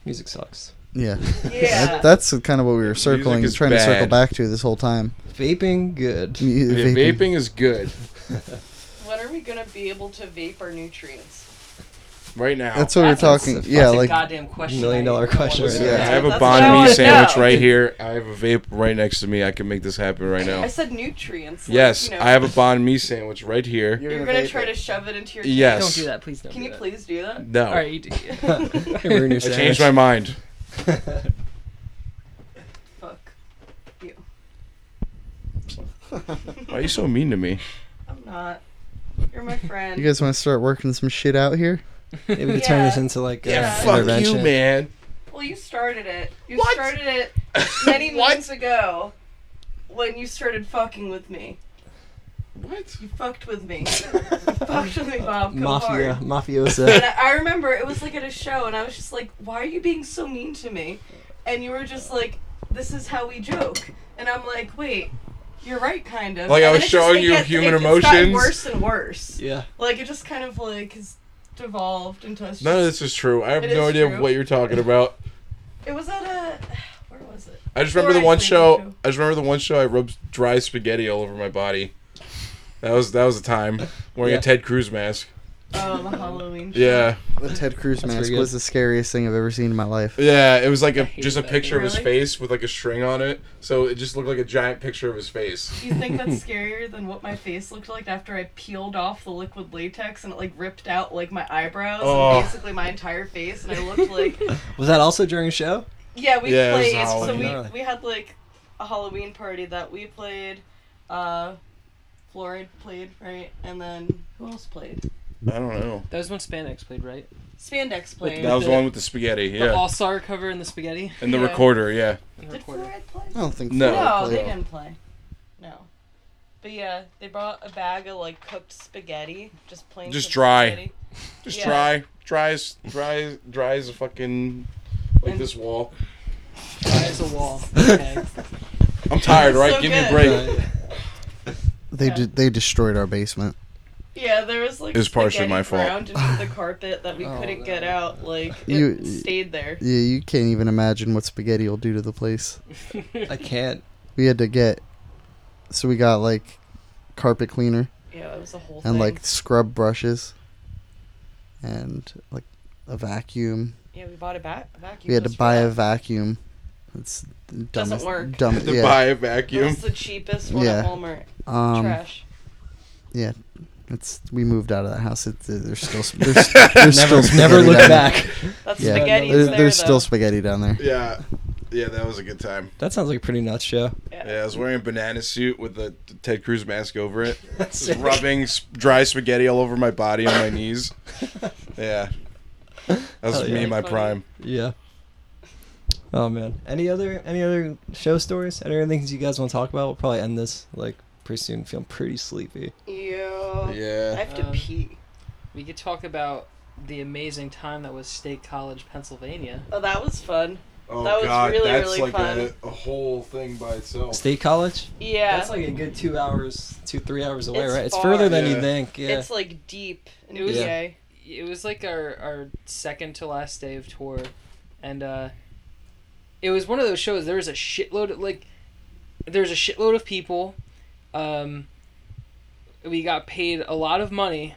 Speaker 5: Music sucks.
Speaker 4: Yeah.
Speaker 7: Yeah.
Speaker 4: That- that's kind of what we were circling,
Speaker 1: is
Speaker 4: trying to circle
Speaker 1: bad.
Speaker 4: back to this whole time.
Speaker 5: Vaping, good.
Speaker 4: M-
Speaker 1: Yeah,
Speaker 4: vaping.
Speaker 1: vaping is good
Speaker 7: When are we gonna be able to vape our nutrients?
Speaker 1: right now.
Speaker 4: That's what we we're talking. Yeah,
Speaker 6: That's a
Speaker 4: like
Speaker 6: goddamn question.
Speaker 5: Million dollar
Speaker 6: I don't
Speaker 5: question
Speaker 6: wanna
Speaker 5: right
Speaker 1: Yeah,
Speaker 4: Yeah.
Speaker 1: I have a
Speaker 7: That's what I
Speaker 1: Bon
Speaker 7: wanna
Speaker 1: Me sandwich
Speaker 7: know.
Speaker 1: right here. I have a vape right next to me. I can make this happen right
Speaker 7: I
Speaker 1: now.
Speaker 7: said nutrients. like,
Speaker 1: Yes,
Speaker 7: you know,
Speaker 1: I have a Bon Me sandwich right here.
Speaker 7: You're gonna try to shove it into your.
Speaker 1: Yes.
Speaker 6: Don't do that, please. Don't.
Speaker 7: Can
Speaker 6: do
Speaker 7: you
Speaker 6: that.
Speaker 7: please do that?
Speaker 4: Mm.
Speaker 1: No,
Speaker 6: All right, you do.
Speaker 5: Ruin
Speaker 1: I
Speaker 5: your
Speaker 1: changed my mind.
Speaker 5: sandwich.
Speaker 7: Fuck.
Speaker 1: Why are you so mean to me?
Speaker 7: I'm not. You're my friend.
Speaker 4: You guys want to start working some shit out here?
Speaker 5: Maybe we could turn this
Speaker 7: Yeah.
Speaker 5: into like a
Speaker 7: Yeah.
Speaker 1: fuck you,
Speaker 5: intervention.
Speaker 1: man.
Speaker 7: Well, you started it. You
Speaker 1: What?
Speaker 7: started it many months ago when you started fucking with me.
Speaker 1: What?
Speaker 7: You fucked with me. fucked with me, Bob. Come
Speaker 5: Mafia,
Speaker 7: hard. And
Speaker 5: mafiosa.
Speaker 7: I I remember it was like at a show, and I was just like, "Why are you being so mean to me?" And you were just like, "This is how we joke." And I'm like, "Wait, you're right, kind of."
Speaker 1: Like I
Speaker 7: And
Speaker 1: was
Speaker 7: it just-
Speaker 1: showing
Speaker 7: it
Speaker 1: you
Speaker 7: gets-
Speaker 1: human
Speaker 7: it just gotten
Speaker 1: emotions.
Speaker 7: Worse and worse.
Speaker 5: yeah.
Speaker 7: Like it just kind of like has devolved into. us
Speaker 1: None of
Speaker 7: just-
Speaker 1: this is true. I have
Speaker 7: It
Speaker 1: no
Speaker 7: is
Speaker 1: idea
Speaker 7: true.
Speaker 1: what you're talking about.
Speaker 7: It was at a. Where was it?
Speaker 1: I just remember
Speaker 7: Or
Speaker 1: the one
Speaker 7: I think
Speaker 1: show.
Speaker 7: so.
Speaker 1: I just remember the one show. I rubbed dry spaghetti all over my body. That was that was the time wearing
Speaker 5: Yeah.
Speaker 1: a Ted Cruz mask.
Speaker 7: Um, a Halloween. show.
Speaker 1: Yeah,
Speaker 4: The Ted Cruz
Speaker 5: That's
Speaker 4: mask
Speaker 5: pretty good.
Speaker 4: was the scariest thing I've ever seen in my life.
Speaker 1: yeah. It was like a
Speaker 6: hate
Speaker 1: just a
Speaker 6: that.
Speaker 1: picture of his
Speaker 7: Really?
Speaker 1: face with like a string on it, so it just looked like a giant picture of his face.
Speaker 7: You think that's scarier than what my face looked like after I peeled off the liquid latex and it like ripped out like my eyebrows
Speaker 1: Oh.
Speaker 7: and basically my entire face and I looked like
Speaker 5: Was that also during a show?
Speaker 7: yeah we
Speaker 1: Yeah, it was
Speaker 7: played so
Speaker 1: Halloween.
Speaker 7: we
Speaker 5: Gnarly.
Speaker 7: we had like a Halloween party that we played, uh, Florid played right and then who else played?
Speaker 1: I don't know.
Speaker 6: That was when Spandex played, right?
Speaker 7: Spandex played.
Speaker 1: That was the one with the spaghetti.
Speaker 6: The
Speaker 1: Yeah,
Speaker 6: All Star cover and the spaghetti.
Speaker 1: and the
Speaker 7: Yeah.
Speaker 1: recorder. Yeah.
Speaker 6: And the
Speaker 7: Did
Speaker 6: recorder.
Speaker 7: Florid play?
Speaker 4: I don't think
Speaker 1: No.
Speaker 4: Floyd
Speaker 7: No,
Speaker 4: played.
Speaker 7: they didn't play. No. But yeah, they brought a bag of like cooked spaghetti, just plain.
Speaker 1: Just
Speaker 7: cooked
Speaker 1: dry.
Speaker 7: spaghetti.
Speaker 1: Just
Speaker 7: Yeah.
Speaker 1: dry, dry as dry, as- dry as a fucking like
Speaker 7: And-
Speaker 1: this wall.
Speaker 6: Eyes a wall. Okay.
Speaker 1: I'm tired, right?
Speaker 7: So
Speaker 1: Give me a
Speaker 7: good.
Speaker 1: break.
Speaker 5: Uh,
Speaker 4: They did. They destroyed our basement.
Speaker 7: Yeah, there was like
Speaker 1: It was partially
Speaker 7: spaghetti
Speaker 1: my fault.
Speaker 7: ground into the carpet that we
Speaker 5: Oh,
Speaker 7: couldn't
Speaker 5: no.
Speaker 7: get out. Like it
Speaker 4: You-
Speaker 7: stayed there.
Speaker 4: Yeah, you can't even imagine what spaghetti will do to the place.
Speaker 5: I can't.
Speaker 4: We had to get, so we got like carpet cleaner
Speaker 7: Yeah, it was a whole thing.
Speaker 4: and like scrub brushes and like a vacuum.
Speaker 7: yeah, we bought a, va- a vacuum.
Speaker 4: we had to
Speaker 7: just for
Speaker 4: buy a
Speaker 7: that.
Speaker 4: vacuum. It's the dumbest.
Speaker 7: work.
Speaker 4: Dumb,
Speaker 1: to
Speaker 4: yeah.
Speaker 1: buy a
Speaker 7: It
Speaker 1: vacuum.
Speaker 7: was the cheapest one
Speaker 4: Yeah.
Speaker 7: at Walmart.
Speaker 4: um,
Speaker 7: Trash.
Speaker 4: It's we moved out of that house. It's there's still sp- there's, there's
Speaker 5: Never,
Speaker 4: still
Speaker 5: never
Speaker 4: spaghetti
Speaker 5: look
Speaker 4: down
Speaker 5: back.
Speaker 7: That's
Speaker 4: Yeah,
Speaker 7: spaghetti.
Speaker 4: There. There's,
Speaker 7: there,
Speaker 4: there's
Speaker 7: though.
Speaker 4: still spaghetti down there.
Speaker 1: Yeah, yeah, that was a good time.
Speaker 5: That sounds like a pretty nuts show.
Speaker 7: Yeah.
Speaker 1: Yeah, I was wearing a banana suit with a Ted Cruz mask over it,
Speaker 5: That's
Speaker 1: just rubbing s- dry spaghetti all over my body and my knees. Yeah, that was
Speaker 5: Hell yeah.
Speaker 1: me in my prime.
Speaker 5: Yeah. Oh man. Any other any other show stories? Any other things you guys want to talk about? We'll probably end this like pretty soon. Feeling pretty sleepy.
Speaker 7: Ew. I
Speaker 1: Yeah,
Speaker 7: have to
Speaker 6: Um,
Speaker 7: pee.
Speaker 6: We could talk about the amazing time that was State College, Pennsylvania.
Speaker 7: Oh, that was fun.
Speaker 1: oh
Speaker 7: That was God, really, that's really like
Speaker 1: a,
Speaker 7: fun.
Speaker 1: a whole thing by itself.
Speaker 5: State College.
Speaker 7: Yeah.
Speaker 5: That's like a good two hours, two three hours away,
Speaker 7: It's
Speaker 5: right? It's
Speaker 7: far.
Speaker 5: further than you
Speaker 1: Yeah.
Speaker 5: think. Yeah.
Speaker 7: It's like deep. And
Speaker 6: It
Speaker 7: it
Speaker 6: was-
Speaker 7: was
Speaker 5: Yeah.
Speaker 7: gay.
Speaker 6: It was like our our second to last day of tour, and uh, it was one of those shows. There was a shitload of like, there was a shitload of people. Um, we got paid a lot of money,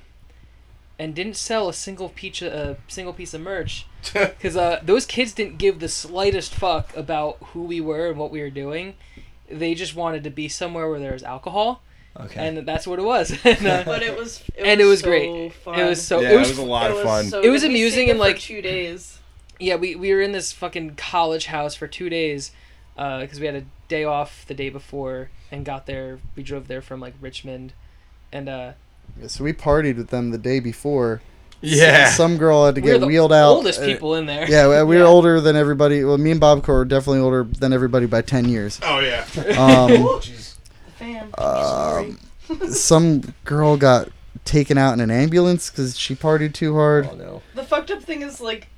Speaker 6: and didn't sell a single peach a single piece of merch. Because uh, those kids didn't give the slightest fuck about who we were and what we were doing. They just wanted to be somewhere where there was alcohol,
Speaker 5: okay.
Speaker 6: and that's what it was. and, uh,
Speaker 7: But it was. It
Speaker 6: And
Speaker 7: was
Speaker 6: it was
Speaker 7: so
Speaker 6: great.
Speaker 7: Fun.
Speaker 6: it was so
Speaker 1: yeah,
Speaker 6: it was,
Speaker 1: a lot
Speaker 7: It
Speaker 1: of
Speaker 7: was
Speaker 1: fun.
Speaker 7: so
Speaker 6: It was
Speaker 7: good. We
Speaker 6: amusing
Speaker 7: stayed
Speaker 6: and,
Speaker 7: there for
Speaker 6: like-
Speaker 7: two days.
Speaker 6: yeah we, we were in this fucking college house for two days because we had a day off the day before and got there we drove there from like richmond and uh
Speaker 4: Yeah, so we partied with them the day before.
Speaker 1: yeah,
Speaker 4: Some girl had to
Speaker 6: we were
Speaker 4: get
Speaker 6: the
Speaker 4: wheeled out.
Speaker 6: oldest
Speaker 4: uh,
Speaker 6: people in there
Speaker 4: Yeah, we- we were
Speaker 7: Yeah.
Speaker 4: older than everybody. Well, me and Bob Core were definitely older than everybody by ten years.
Speaker 1: oh yeah.
Speaker 4: Um,
Speaker 7: The fan.
Speaker 4: um, some girl got taken out in an ambulance because she partied too hard.
Speaker 5: Oh no.
Speaker 7: the fucked up thing is like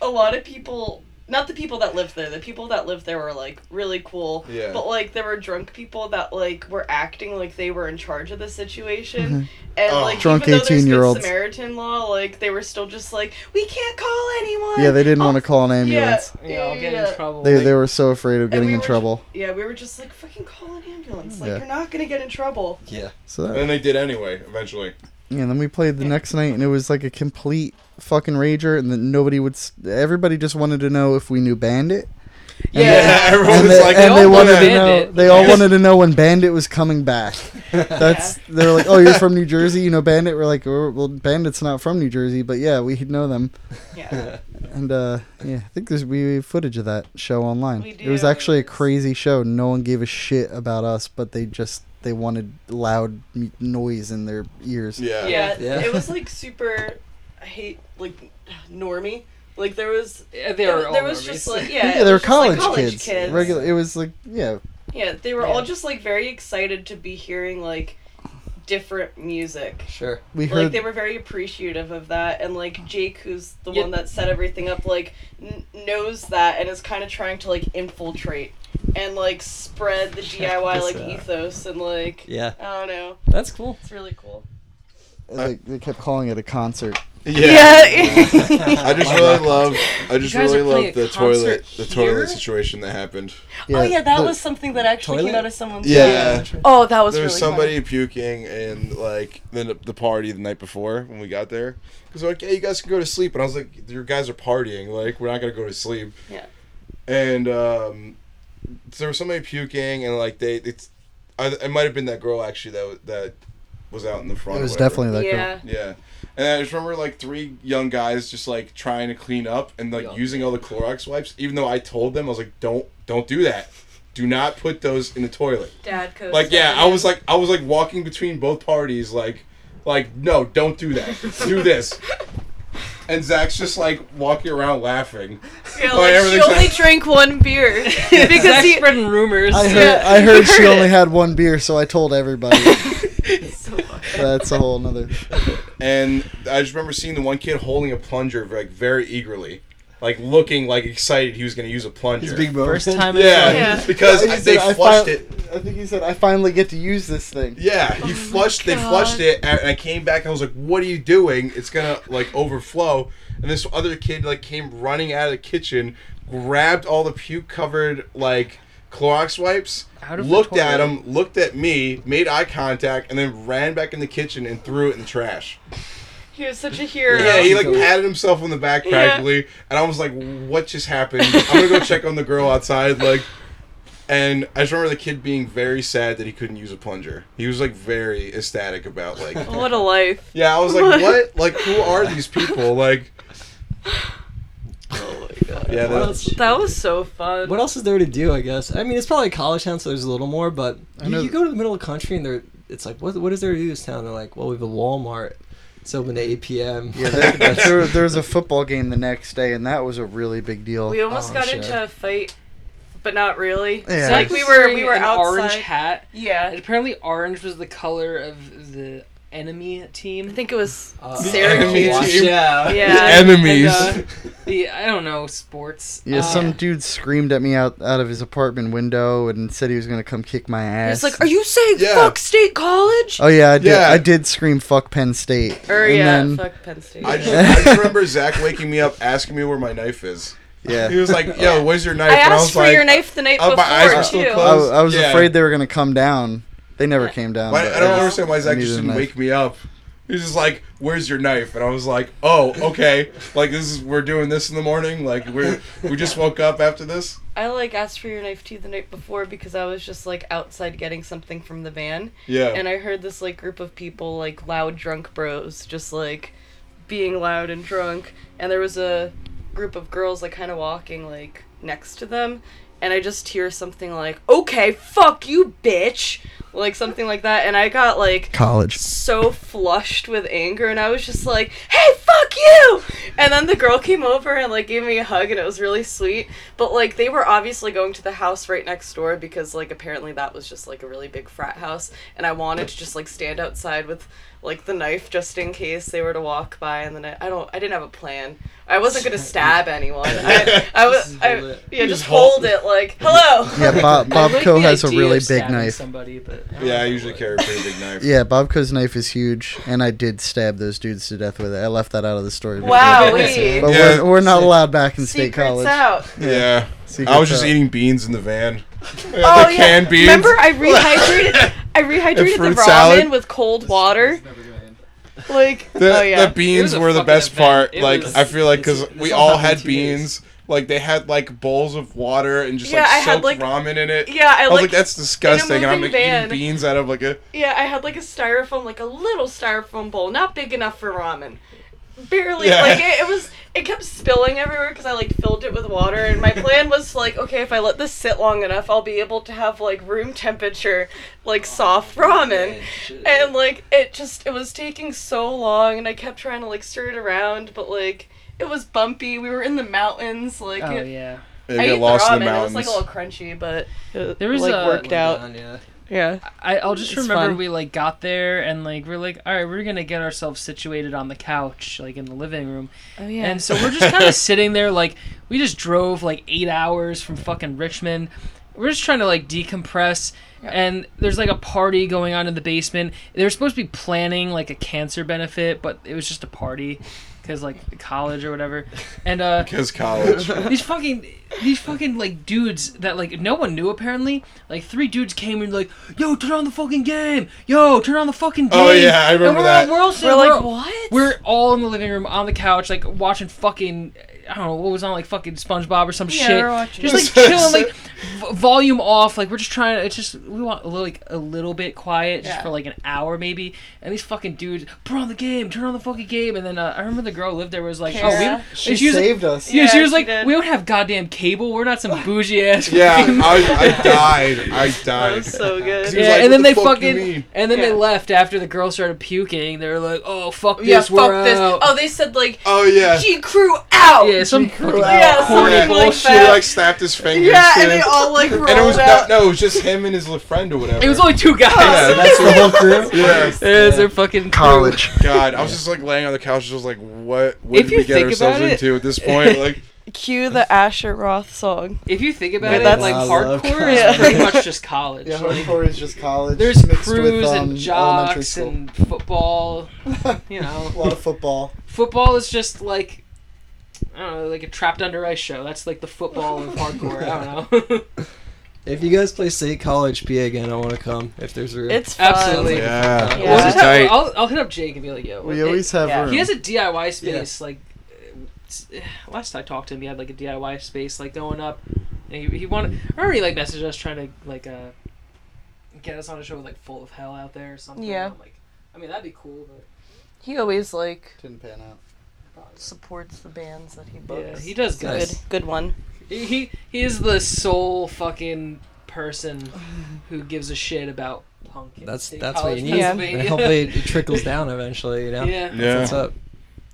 Speaker 7: a lot of people not the people that lived there the people that lived there were like really cool
Speaker 1: Yeah.
Speaker 7: but like there were drunk people that like were acting like they were in charge of the situation and
Speaker 1: Oh.
Speaker 7: like
Speaker 4: Mm-hmm. Drunk
Speaker 7: even though there's good
Speaker 4: 18-year-olds.
Speaker 7: samaritan law like they were still just like we can't call anyone Oh.
Speaker 4: Yeah, they didn't want to
Speaker 7: I'll-
Speaker 4: call an
Speaker 7: yeah,
Speaker 4: ambulance.
Speaker 6: yeah i'll get in trouble
Speaker 4: They they were so afraid of
Speaker 7: And
Speaker 4: getting
Speaker 7: we
Speaker 4: in
Speaker 7: were-
Speaker 4: trouble.
Speaker 7: yeah we were just like fucking call an ambulance like
Speaker 4: Yeah.
Speaker 7: you're not gonna get in trouble
Speaker 5: Yeah.
Speaker 4: So that,
Speaker 1: And then they did anyway. Eventually,
Speaker 4: Yeah, and then we played the next night, and it was like a complete fucking rager, and then nobody would. s- Everybody just wanted to know if we knew Bandit.
Speaker 6: yeah,
Speaker 1: everyone
Speaker 4: and
Speaker 1: was
Speaker 4: they,
Speaker 1: like,
Speaker 4: and
Speaker 1: "Oh,
Speaker 4: they
Speaker 6: all
Speaker 4: wanted
Speaker 6: know
Speaker 4: to know.
Speaker 6: Bandit."
Speaker 4: They all wanted to know when Bandit was coming back. That's they're like, oh, you're from New Jersey, you know Bandit. We're like, "Oh, well, Bandit's not from New Jersey, but yeah, we know them.
Speaker 7: yeah
Speaker 4: And uh, yeah, I think there's we have footage of that show online.
Speaker 7: We
Speaker 4: It was
Speaker 7: do.
Speaker 4: actually a crazy show. No one gave a shit about us, but they just they wanted loud m- noise in their ears.
Speaker 1: yeah,
Speaker 7: yeah,
Speaker 5: Yeah.
Speaker 7: it was like super i hate like normie like there was
Speaker 6: Yeah, uh, they were all
Speaker 7: there was
Speaker 6: normies.
Speaker 7: just like
Speaker 4: Yeah,
Speaker 7: yeah, it
Speaker 4: they were
Speaker 7: was just, like,
Speaker 4: college, kids. Regular. It was like yeah,
Speaker 7: Yeah, they were
Speaker 6: Yeah.
Speaker 7: all just like very excited to be hearing like different music.
Speaker 5: Sure.
Speaker 4: we
Speaker 7: Like
Speaker 4: heard.
Speaker 7: they were very appreciative of that, and like Jake, who's the
Speaker 6: Yeah.
Speaker 7: one that set everything up, like n- knows that and is kind of trying to like infiltrate and like spread the
Speaker 5: Check
Speaker 7: DIY
Speaker 5: this
Speaker 7: like
Speaker 5: out.
Speaker 7: ethos and like
Speaker 5: Yeah.
Speaker 7: I don't know,
Speaker 5: That's cool.
Speaker 7: it's really cool.
Speaker 4: like, they kept calling it a concert.
Speaker 1: I just really love. I just
Speaker 6: You guys
Speaker 1: really
Speaker 6: are playing
Speaker 1: love
Speaker 6: a
Speaker 1: the
Speaker 6: concert
Speaker 1: toilet, the
Speaker 6: here?
Speaker 1: toilet situation that happened.
Speaker 2: oh yeah, that
Speaker 4: the-
Speaker 2: was something that actually came
Speaker 5: Toilet?
Speaker 2: out of someone's.
Speaker 1: Yeah.
Speaker 7: Oh, that was
Speaker 1: there
Speaker 7: really
Speaker 1: was somebody puking in like the, the party the night before when we got there because like yeah you guys can go to sleep and i was like you guys are partying like we're not gonna go to sleep
Speaker 7: Yeah.
Speaker 1: and um there was somebody puking and like they it's I, it might have been that girl actually that wa- that was out in the front
Speaker 4: It
Speaker 1: or
Speaker 4: was
Speaker 1: whatever.
Speaker 4: definitely that girl.
Speaker 7: Yeah,
Speaker 1: yeah and i just remember like three young guys just like trying to clean up and like
Speaker 6: Yeah.
Speaker 1: using all the Clorox wipes even though i told them i was like don't don't do that do not put those in the toilet
Speaker 7: dad coach.
Speaker 1: like yeah, I was like I was like walking between both parties, like like no, don't do that. do this. And Zach's just like walking around laughing.
Speaker 7: Yeah,
Speaker 1: like,
Speaker 7: like, she
Speaker 1: everything's
Speaker 7: only
Speaker 1: like-
Speaker 7: drank one beer because
Speaker 6: Zach's
Speaker 7: he.
Speaker 6: spreading rumors
Speaker 4: I heard.
Speaker 7: Yeah,
Speaker 4: I
Speaker 7: you
Speaker 4: heard she
Speaker 7: heard it.
Speaker 4: only had one beer, so I told everybody.
Speaker 7: So fucking-
Speaker 4: That's a whole nother.
Speaker 1: And I just remember seeing the one kid holding a plunger like very eagerly. like looking like excited he was going to use a plunger.
Speaker 5: His big bone.
Speaker 6: First time in
Speaker 1: yeah,
Speaker 7: Yeah.
Speaker 1: because
Speaker 4: He
Speaker 1: they
Speaker 4: said, "I
Speaker 1: flushed
Speaker 4: fin-
Speaker 1: it.
Speaker 4: I think he said, "I finally get to use this thing."
Speaker 1: Yeah, he
Speaker 7: Oh my
Speaker 1: flushed. They
Speaker 7: God.
Speaker 1: flushed it, and I came back. and I was like, "What are you doing? It's gonna like overflow." And this other kid like came running out of the kitchen, grabbed all the puke covered like Clorox wipes,
Speaker 6: Out of the
Speaker 1: looked at
Speaker 6: toilet.
Speaker 1: him, looked at me, made eye contact, and then ran back in the kitchen and threw it in the trash.
Speaker 7: He was such a hero.
Speaker 1: Yeah, he like patted himself on the back
Speaker 7: Yeah.
Speaker 1: practically, and I was like, "What just happened?" I'm gonna go check on the girl outside, like. And I just remember the kid being very sad that he couldn't use a plunger. He was like very ecstatic about like.
Speaker 7: What a life.
Speaker 1: Yeah, I was like, "What? Like, who are these people?" Like,
Speaker 7: Oh my god.
Speaker 1: yeah,
Speaker 5: What
Speaker 1: that,
Speaker 5: else?
Speaker 7: That was so fun.
Speaker 5: What else is there to do? I guess. I mean, it's probably a college town, so there's a little more. But
Speaker 4: I
Speaker 5: you,
Speaker 4: know-
Speaker 5: you go to the middle of the country, and they're it's like, what what is there to do in this town? They're like, well, we have a Walmart. It's open to 8 p.m.
Speaker 4: Yeah, there, there, there was a football game the next day, and that was a really big deal.
Speaker 7: We almost
Speaker 5: Oh,
Speaker 7: got
Speaker 5: shit.
Speaker 7: into a fight, but not really.
Speaker 4: Yeah.
Speaker 7: It's like we were we were
Speaker 6: an orange
Speaker 7: outside.
Speaker 6: hat. And
Speaker 7: Yeah.
Speaker 6: apparently, orange was the color of the enemy team.
Speaker 7: I think it was
Speaker 5: Uh,
Speaker 1: enemy
Speaker 7: Syracuse.
Speaker 1: team.
Speaker 5: Yeah.
Speaker 7: Yeah.
Speaker 1: enemies.
Speaker 6: And, uh, the I don't know sports.
Speaker 4: Yeah,
Speaker 6: Uh,
Speaker 4: some dude screamed at me out, out of his apartment window and said he was gonna come kick my
Speaker 7: He
Speaker 4: ass.
Speaker 7: was like, "Are you saying
Speaker 1: Yeah.
Speaker 7: fuck State College?"
Speaker 4: oh yeah, I did.
Speaker 1: Yeah.
Speaker 4: I did scream "fuck Penn State."
Speaker 7: Or
Speaker 4: and
Speaker 7: Er, yeah,
Speaker 4: then-
Speaker 7: fuck Penn State.
Speaker 1: I just, I just remember Zach waking me up asking me where my knife is. He
Speaker 4: yeah.
Speaker 1: was like, "Yo, where's your knife?"
Speaker 7: I
Speaker 1: and I
Speaker 7: asked
Speaker 1: was
Speaker 7: for
Speaker 1: like,
Speaker 7: your knife the night
Speaker 1: uh, my
Speaker 7: before
Speaker 1: eyes were still
Speaker 7: too.
Speaker 4: I,
Speaker 1: closed.
Speaker 4: I was
Speaker 1: Yeah.
Speaker 4: afraid they were gonna come down. They never came down.
Speaker 1: Why,
Speaker 4: Um, but
Speaker 1: I don't
Speaker 4: just-
Speaker 1: understand why
Speaker 4: I
Speaker 1: Zach
Speaker 4: needed
Speaker 1: just
Speaker 4: a
Speaker 1: didn't
Speaker 4: knife.
Speaker 1: wake me up. He was just like, "Where's your knife?" And I was like, "Oh, okay. Like this is we're doing this in the morning. Like we're we just woke up after this."
Speaker 7: I like asked for your knife too the night before because I was just like outside getting something from the van,
Speaker 1: Yeah.
Speaker 7: and I heard this like group of people like loud drunk bros just like being loud and drunk, and there was a group of girls like kind of walking like next to them, and I just hear something like "Okay, fuck you, bitch," like something like that, and I got like
Speaker 4: College.
Speaker 7: so flushed with anger and I was just like, "Hey, fuck you!" And then the girl came over and like gave me a hug and it was really sweet. But like they were obviously going to the house right next door because like apparently that was just like a really big frat house and I wanted to just like stand outside with like the knife just in case they were to walk by and then I, I don't I didn't have a plan. I wasn't going to stab anyone. I, I was
Speaker 5: Just
Speaker 7: I,
Speaker 5: hold it.
Speaker 7: yeah, just
Speaker 1: hold-
Speaker 7: hold it like, "Hello."
Speaker 4: Yeah, Bob,
Speaker 6: I
Speaker 4: Bob
Speaker 6: like
Speaker 4: Coe
Speaker 6: the
Speaker 4: has a
Speaker 6: idea
Speaker 4: really
Speaker 6: of
Speaker 4: big
Speaker 6: stabbing
Speaker 4: knife.
Speaker 6: Somebody, but I don't
Speaker 1: yeah,
Speaker 6: know
Speaker 1: I usually
Speaker 6: what-
Speaker 1: carry a pretty big knife.
Speaker 4: Yeah, Bobco's knife is huge, and I did stab those dudes to death with it. I left that out of the story. but-
Speaker 7: Wow.
Speaker 4: But
Speaker 1: Yeah.
Speaker 4: we're, we're not allowed back in state
Speaker 7: Secrets
Speaker 4: college.
Speaker 7: out.
Speaker 1: Yeah.
Speaker 4: Secrets
Speaker 1: I was just
Speaker 4: out.
Speaker 1: eating beans in the van.
Speaker 7: Oh
Speaker 1: the
Speaker 7: yeah.
Speaker 1: canned beans.
Speaker 7: Remember, I rehydrated. I rehydrated the
Speaker 1: fruit
Speaker 7: ramen
Speaker 1: salad.
Speaker 7: with cold water. Like,
Speaker 1: The,
Speaker 7: oh yeah.
Speaker 1: the beans
Speaker 6: It was a
Speaker 1: were the
Speaker 6: fucking
Speaker 1: best
Speaker 6: event.
Speaker 1: part.
Speaker 6: It
Speaker 1: like
Speaker 6: was-
Speaker 1: I feel like
Speaker 5: it's-
Speaker 1: because
Speaker 5: this
Speaker 1: we
Speaker 5: all
Speaker 1: all
Speaker 5: happened
Speaker 1: had
Speaker 5: in two days.
Speaker 1: beans. Like they had like bowls of water and just
Speaker 7: Yeah, I
Speaker 1: like
Speaker 7: had,
Speaker 1: soaked
Speaker 7: like-
Speaker 1: ramen in it.
Speaker 7: yeah, I,
Speaker 1: I was
Speaker 7: like.
Speaker 1: like, that's disgusting. And I'm like
Speaker 7: moving van.
Speaker 1: eating beans out of like a
Speaker 7: yeah, I had like a styrofoam, like a little styrofoam bowl, not big enough for ramen. Barely.
Speaker 1: Yeah.
Speaker 7: Like it, it was. It kept spilling everywhere because I like filled it with water, and my plan was like, okay, if I let this sit long enough, I'll be able to have like room temperature, like soft ramen.
Speaker 5: Shit.
Speaker 7: and like it just it was taking so long and i kept trying to like stir it around but like it was bumpy we were in the mountains like
Speaker 6: Oh
Speaker 7: it,
Speaker 6: yeah.
Speaker 1: and
Speaker 7: i
Speaker 1: get
Speaker 7: ate
Speaker 1: lost
Speaker 7: the
Speaker 1: in the
Speaker 7: ramen it was
Speaker 1: mountains.
Speaker 7: like a little crunchy but it,
Speaker 6: There was
Speaker 7: like
Speaker 6: a- Oh
Speaker 7: worked out
Speaker 5: Down, yeah.
Speaker 7: yeah
Speaker 6: I, I'll just
Speaker 7: It's
Speaker 6: remember
Speaker 7: fun.
Speaker 6: we like got there and like we're like, all right, we're gonna get ourselves situated on the couch, like in the living room,
Speaker 7: oh yeah
Speaker 6: and so we're just kind of sitting there, like we just drove like eight hours from fucking Richmond. We're just trying to like decompress, and there's like a party going on in the basement. They were supposed to be planning like a cancer benefit, but it was just a party, cause like college or whatever, and uh.
Speaker 1: Because college.
Speaker 6: these fucking these fucking like dudes that like no one knew apparently like three dudes came and like yo turn on the fucking game yo turn on the fucking game
Speaker 1: Oh, yeah, I
Speaker 6: And
Speaker 1: remember
Speaker 6: we're,
Speaker 1: that.
Speaker 6: we're, all sitting-
Speaker 7: we're like
Speaker 6: we're-
Speaker 7: what
Speaker 6: we're all in the living room on the couch like watching fucking I don't know what was on like fucking SpongeBob or some
Speaker 7: Yeah,
Speaker 6: shit
Speaker 7: we're watching-
Speaker 6: just like chilling like v- volume off like we're just trying to it's just we want a little, like a little bit quiet just
Speaker 7: Yeah.
Speaker 6: for like an hour maybe and these fucking dudes put on the game turn on the fucking game and then uh, I remember the girl lived there was like oh
Speaker 7: Kara.
Speaker 6: we
Speaker 4: She
Speaker 6: was like-
Speaker 4: saved us.
Speaker 6: yeah, she
Speaker 7: Yeah,
Speaker 6: was
Speaker 7: she
Speaker 6: like,
Speaker 7: did.
Speaker 6: we don't have goddamn cable. We're not some bougie ass.
Speaker 1: yeah, I, I died. I
Speaker 7: that
Speaker 1: died.
Speaker 7: was so good
Speaker 1: He was
Speaker 6: Yeah,
Speaker 1: like,
Speaker 6: and then
Speaker 1: "What the
Speaker 6: they
Speaker 1: fuck
Speaker 6: fucking,
Speaker 1: you mean?"
Speaker 6: and then they
Speaker 7: Yeah.
Speaker 6: left after the girl started puking. They were like, "Oh fuck
Speaker 7: yeah
Speaker 6: this,
Speaker 7: fuck
Speaker 6: we're
Speaker 7: this
Speaker 6: out."
Speaker 7: oh they said like
Speaker 1: Oh yeah.
Speaker 7: g crew out
Speaker 6: yeah, some fucking
Speaker 7: Yeah,
Speaker 6: corny
Speaker 7: something like
Speaker 6: bullshit.
Speaker 1: She
Speaker 7: that.
Speaker 1: like snapped his fingers.
Speaker 7: yeah
Speaker 1: too.
Speaker 7: and they all like rolled
Speaker 1: And it was not,
Speaker 7: out
Speaker 1: no, it was just him and his little friend or whatever.
Speaker 6: It was only two guys.
Speaker 7: Oh,
Speaker 1: yeah,
Speaker 6: Yeah,
Speaker 1: that's the whole
Speaker 4: crew?
Speaker 1: Yeah.
Speaker 6: it's their fucking crew.
Speaker 1: God, I was just like laying on the couch, just like, what? What
Speaker 6: If
Speaker 1: did
Speaker 6: you
Speaker 1: we get
Speaker 6: think
Speaker 1: ourselves
Speaker 6: about it-
Speaker 1: into at this point? Like,
Speaker 7: Cue the Asher Roth song.
Speaker 6: If you think about
Speaker 7: Yeah,
Speaker 6: it,
Speaker 7: that's-
Speaker 6: like
Speaker 4: I love
Speaker 6: hardcore is
Speaker 7: college.
Speaker 6: pretty much just college.
Speaker 4: Yeah,
Speaker 6: Like,
Speaker 4: hardcore is just college.
Speaker 6: there's
Speaker 4: mixed
Speaker 6: crews
Speaker 4: with, um,
Speaker 6: and
Speaker 4: elementary
Speaker 6: jocks
Speaker 4: school.
Speaker 6: and football. you know.
Speaker 4: a lot of football.
Speaker 6: Football is just like I don't know, like a trapped under ice show. That's like the football of hardcore. I don't know.
Speaker 5: If you guys play State College PA again, I want to come. If there's room,
Speaker 7: It's fun.
Speaker 6: Absolutely.
Speaker 1: Yeah.
Speaker 7: Yeah.
Speaker 1: This is
Speaker 6: I'll, hit
Speaker 1: tight.
Speaker 6: up, I'll, I'll hit up Jake and be like, "Yo,
Speaker 4: We
Speaker 6: it-
Speaker 4: always have
Speaker 7: yeah.
Speaker 4: room.
Speaker 6: He has a DIY space. Like uh, s- eh, last I talked to him, he had like a DIY space like going up. And he, he wanted. I already like messaged us trying to like uh get us on a show with like Full of Hell out there or something.
Speaker 7: Yeah.
Speaker 6: I'm like, I mean that'd be cool, but
Speaker 7: He always like
Speaker 4: Didn't pan out.
Speaker 7: supports the bands that he
Speaker 6: yeah,
Speaker 7: books.
Speaker 6: he does
Speaker 7: good.
Speaker 6: good.
Speaker 7: Good one.
Speaker 6: He, he he is the sole fucking person who gives a shit about punk. in
Speaker 5: that's
Speaker 6: State
Speaker 5: that's what you
Speaker 6: College,
Speaker 5: need.
Speaker 7: Yeah.
Speaker 5: And
Speaker 6: Pennsylvania.
Speaker 5: hopefully it, it trickles down eventually. You know,
Speaker 6: yeah.
Speaker 1: Yeah.
Speaker 5: That's what's up.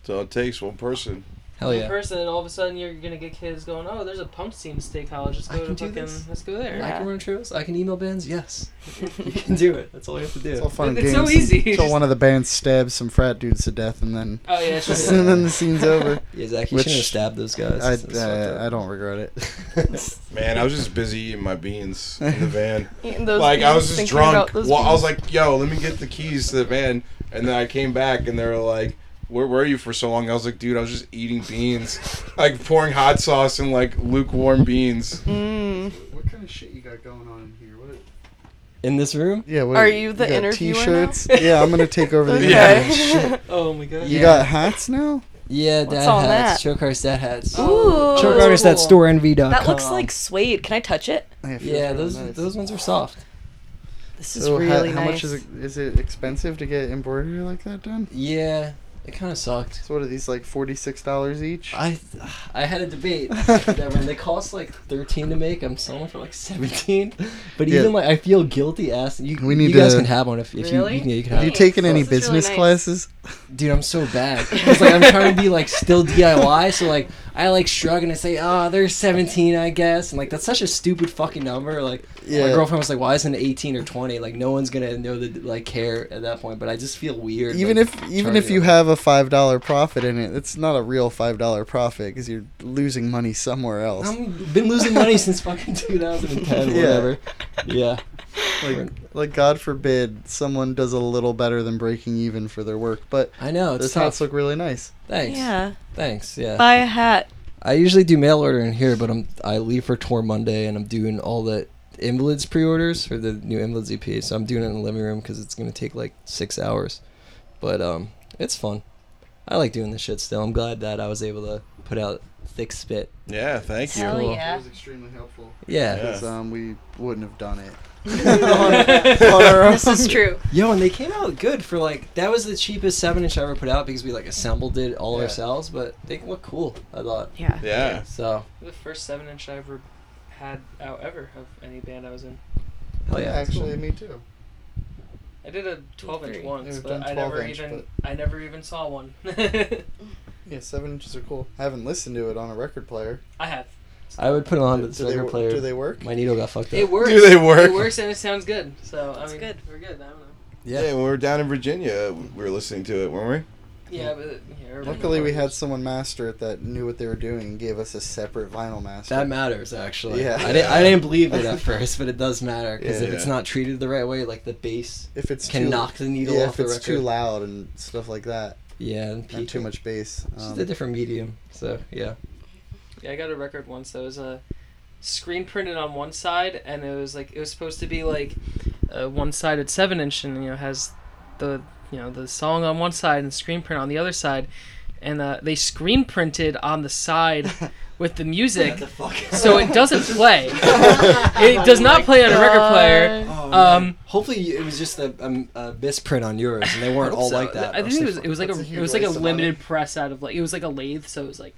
Speaker 1: So it takes one person.
Speaker 5: Hell
Speaker 6: one
Speaker 5: yeah.
Speaker 6: person, and all of a sudden you're gonna get kids going, "Oh, there's a pump scene state college. Let's
Speaker 5: I
Speaker 6: go
Speaker 5: can
Speaker 6: to
Speaker 5: do
Speaker 6: fucking,
Speaker 5: this."
Speaker 6: let's go there."
Speaker 5: I can run trios. I can email bands. Yes, you
Speaker 7: That's
Speaker 5: can do it. That's all you have to
Speaker 4: It's all
Speaker 5: do.
Speaker 4: fun and
Speaker 6: It's so
Speaker 4: games
Speaker 6: easy.
Speaker 4: Until one of the bands stabs some frat dudes to death, and then
Speaker 6: Oh yeah, it's just-
Speaker 4: and then the scene's over.
Speaker 5: Yeah, Zach, you
Speaker 4: Which-
Speaker 5: shouldn't have stabbed those guys.
Speaker 4: I,
Speaker 5: That's
Speaker 4: uh, I
Speaker 5: fucked
Speaker 4: don't regret it.
Speaker 5: up.
Speaker 1: Man, I was just busy eating my beans in the van.
Speaker 7: Eating those
Speaker 1: like I
Speaker 7: beans,
Speaker 1: was just
Speaker 7: thinking
Speaker 1: drunk.
Speaker 7: about those
Speaker 1: Well, I was
Speaker 7: beans.
Speaker 1: like, "Yo, let me get the keys to the van," and then I came back, and they were like, "Where were you for so long?" I was like, "Dude, I was just eating beans, like pouring hot sauce and like lukewarm beans."
Speaker 7: Mm.
Speaker 4: What kind of shit you got going on in here? What?
Speaker 5: In this room,
Speaker 4: Yeah. What,
Speaker 7: Are you the
Speaker 4: got
Speaker 7: interviewer now?
Speaker 4: T-shirts. yeah, I'm gonna take over the
Speaker 7: Okay.
Speaker 1: Yeah.
Speaker 4: interview. Shit.
Speaker 6: Oh my god.
Speaker 4: You
Speaker 5: Yeah.
Speaker 4: got hats now?
Speaker 5: yeah,
Speaker 7: What's
Speaker 5: dad
Speaker 7: all
Speaker 5: hats,
Speaker 7: that?
Speaker 5: choke artist dad hats.
Speaker 7: Ooh.
Speaker 5: Choke artist that
Speaker 6: Cool.
Speaker 5: store nv.com.
Speaker 7: That looks like suede. Can I touch it?
Speaker 4: it feels
Speaker 5: Yeah,
Speaker 4: really
Speaker 5: those
Speaker 4: nice.
Speaker 5: those ones are soft.
Speaker 7: This is
Speaker 4: So ha-
Speaker 7: really
Speaker 4: how,
Speaker 7: nice.
Speaker 4: much is it? Is it expensive to get embroidery like that done?
Speaker 5: Yeah, it kind of sucked.
Speaker 4: So what are these like forty six dollars each?
Speaker 5: I I had a debate that when they cost like thirteen to make, I'm selling for like seventeen. But
Speaker 4: Yeah.
Speaker 5: even like I feel guilty asking. You,
Speaker 4: We need
Speaker 5: you guys
Speaker 4: to-
Speaker 5: can have one if, if you-
Speaker 7: Really?
Speaker 5: you, can- you can
Speaker 4: Have
Speaker 5: have.
Speaker 4: you
Speaker 5: It.
Speaker 4: taken
Speaker 7: This
Speaker 4: any
Speaker 7: is really
Speaker 4: business
Speaker 7: nice.
Speaker 4: classes?
Speaker 5: Dude, I'm so bad. It's like I'm trying to be like still DIY, so like I like shrug and I say, oh, they're seventeen, I guess, and like that's such a stupid fucking number. Like my girlfriend was like, why isn't it eighteen or twenty? Like no one's gonna know that like care at that point. But I just feel weird.
Speaker 4: Even
Speaker 5: like,
Speaker 4: if even if
Speaker 5: charging
Speaker 4: you
Speaker 5: them.
Speaker 4: have a five dollar profit in it, it's not a real five dollar profit because you're losing money somewhere else.
Speaker 5: I've been losing money since fucking 2010,
Speaker 4: Yeah.
Speaker 5: whatever. Yeah.
Speaker 4: like, like God forbid someone does a little better than breaking even for their work, but
Speaker 5: I know. It's
Speaker 4: those
Speaker 5: tough.
Speaker 4: hats look really nice.
Speaker 5: Thanks.
Speaker 7: Yeah.
Speaker 5: Thanks. Yeah.
Speaker 7: Buy a hat.
Speaker 5: I usually do mail order in here, but I'm I leave for tour Monday, and I'm doing all the Invalids pre-orders for the new Invalids EP. So I'm doing it in the living room because it's gonna take like six hours, but um, it's fun. I like doing this shit still. I'm glad that I was able to put out thick spit.
Speaker 1: Yeah, thank you.
Speaker 7: Hell
Speaker 5: Cool.
Speaker 7: Oh, yeah.
Speaker 4: extremely helpful
Speaker 5: Yeah.
Speaker 1: Yeah.
Speaker 4: um, we wouldn't have done it.
Speaker 7: This is true.
Speaker 5: Yo, and they came out good for like that was the cheapest seven inch I ever put out because we like assembled it all
Speaker 4: Yeah.
Speaker 5: ourselves, but they look cool. I thought
Speaker 7: Yeah.
Speaker 1: Yeah,
Speaker 5: so.
Speaker 6: The first seven inch I ever had out ever of any band I was in.
Speaker 5: Hell yeah.
Speaker 4: Oh, Actually, me too.
Speaker 6: I did a twelve
Speaker 7: Three.
Speaker 6: inch
Speaker 4: Yeah,
Speaker 6: once,
Speaker 4: we've
Speaker 6: but
Speaker 4: done
Speaker 6: I never
Speaker 4: 12 inch,
Speaker 6: even I never even saw one.
Speaker 4: Yeah, seven inches are cool. I haven't listened to it on a record player.
Speaker 6: I have.
Speaker 5: I would put it on
Speaker 4: Do-
Speaker 5: the
Speaker 4: do they
Speaker 5: record
Speaker 4: wo-
Speaker 5: player.
Speaker 4: do they work?
Speaker 5: My needle got fucked
Speaker 6: It
Speaker 5: up.
Speaker 6: works.
Speaker 1: Do they work?
Speaker 6: It works and it sounds good. So I mean,
Speaker 7: good.
Speaker 6: We're good. I don't know.
Speaker 1: yeah.
Speaker 5: Yeah.
Speaker 1: when we were down in Virginia, we were listening to it, weren't
Speaker 6: Yeah, but yeah, everybody-
Speaker 4: Luckily, we had someone master it that knew what they were doing and gave us a separate vinyl master.
Speaker 5: That matters actually.
Speaker 4: Yeah.
Speaker 5: I didn't, I didn't believe it at first, but it does matter because
Speaker 4: Yeah,
Speaker 5: if it's
Speaker 1: yeah.
Speaker 5: not treated the right way, like the bass
Speaker 4: if it's
Speaker 5: can
Speaker 4: too,
Speaker 5: knock the needle
Speaker 4: yeah,
Speaker 5: off
Speaker 4: if
Speaker 5: the
Speaker 4: it's
Speaker 5: record.
Speaker 4: too loud and stuff like that,
Speaker 5: yeah, and
Speaker 4: and too
Speaker 5: peaking.
Speaker 4: much bass.
Speaker 5: It's just a
Speaker 4: Um,
Speaker 5: different medium. So yeah.
Speaker 6: Yeah, I got a record once that was uh, screen printed on one side, and it was like it was supposed to be like a one-sided seven-inch, and you know has the you know the song on one side and screen print on the other side, and uh, they screen printed on the side with the music, so it doesn't play.
Speaker 5: Oh,
Speaker 6: it does not play on a record player. Um, man.
Speaker 5: hopefully it was just a, um, a misprint on yours, and they weren't all
Speaker 6: So,
Speaker 5: like that.
Speaker 6: I
Speaker 5: or
Speaker 6: think it was
Speaker 5: something.
Speaker 6: it was like
Speaker 4: That's
Speaker 6: a,
Speaker 4: a huge
Speaker 6: it was like a
Speaker 4: waste of money.
Speaker 6: limited press out of like it was like a lathe, so it was like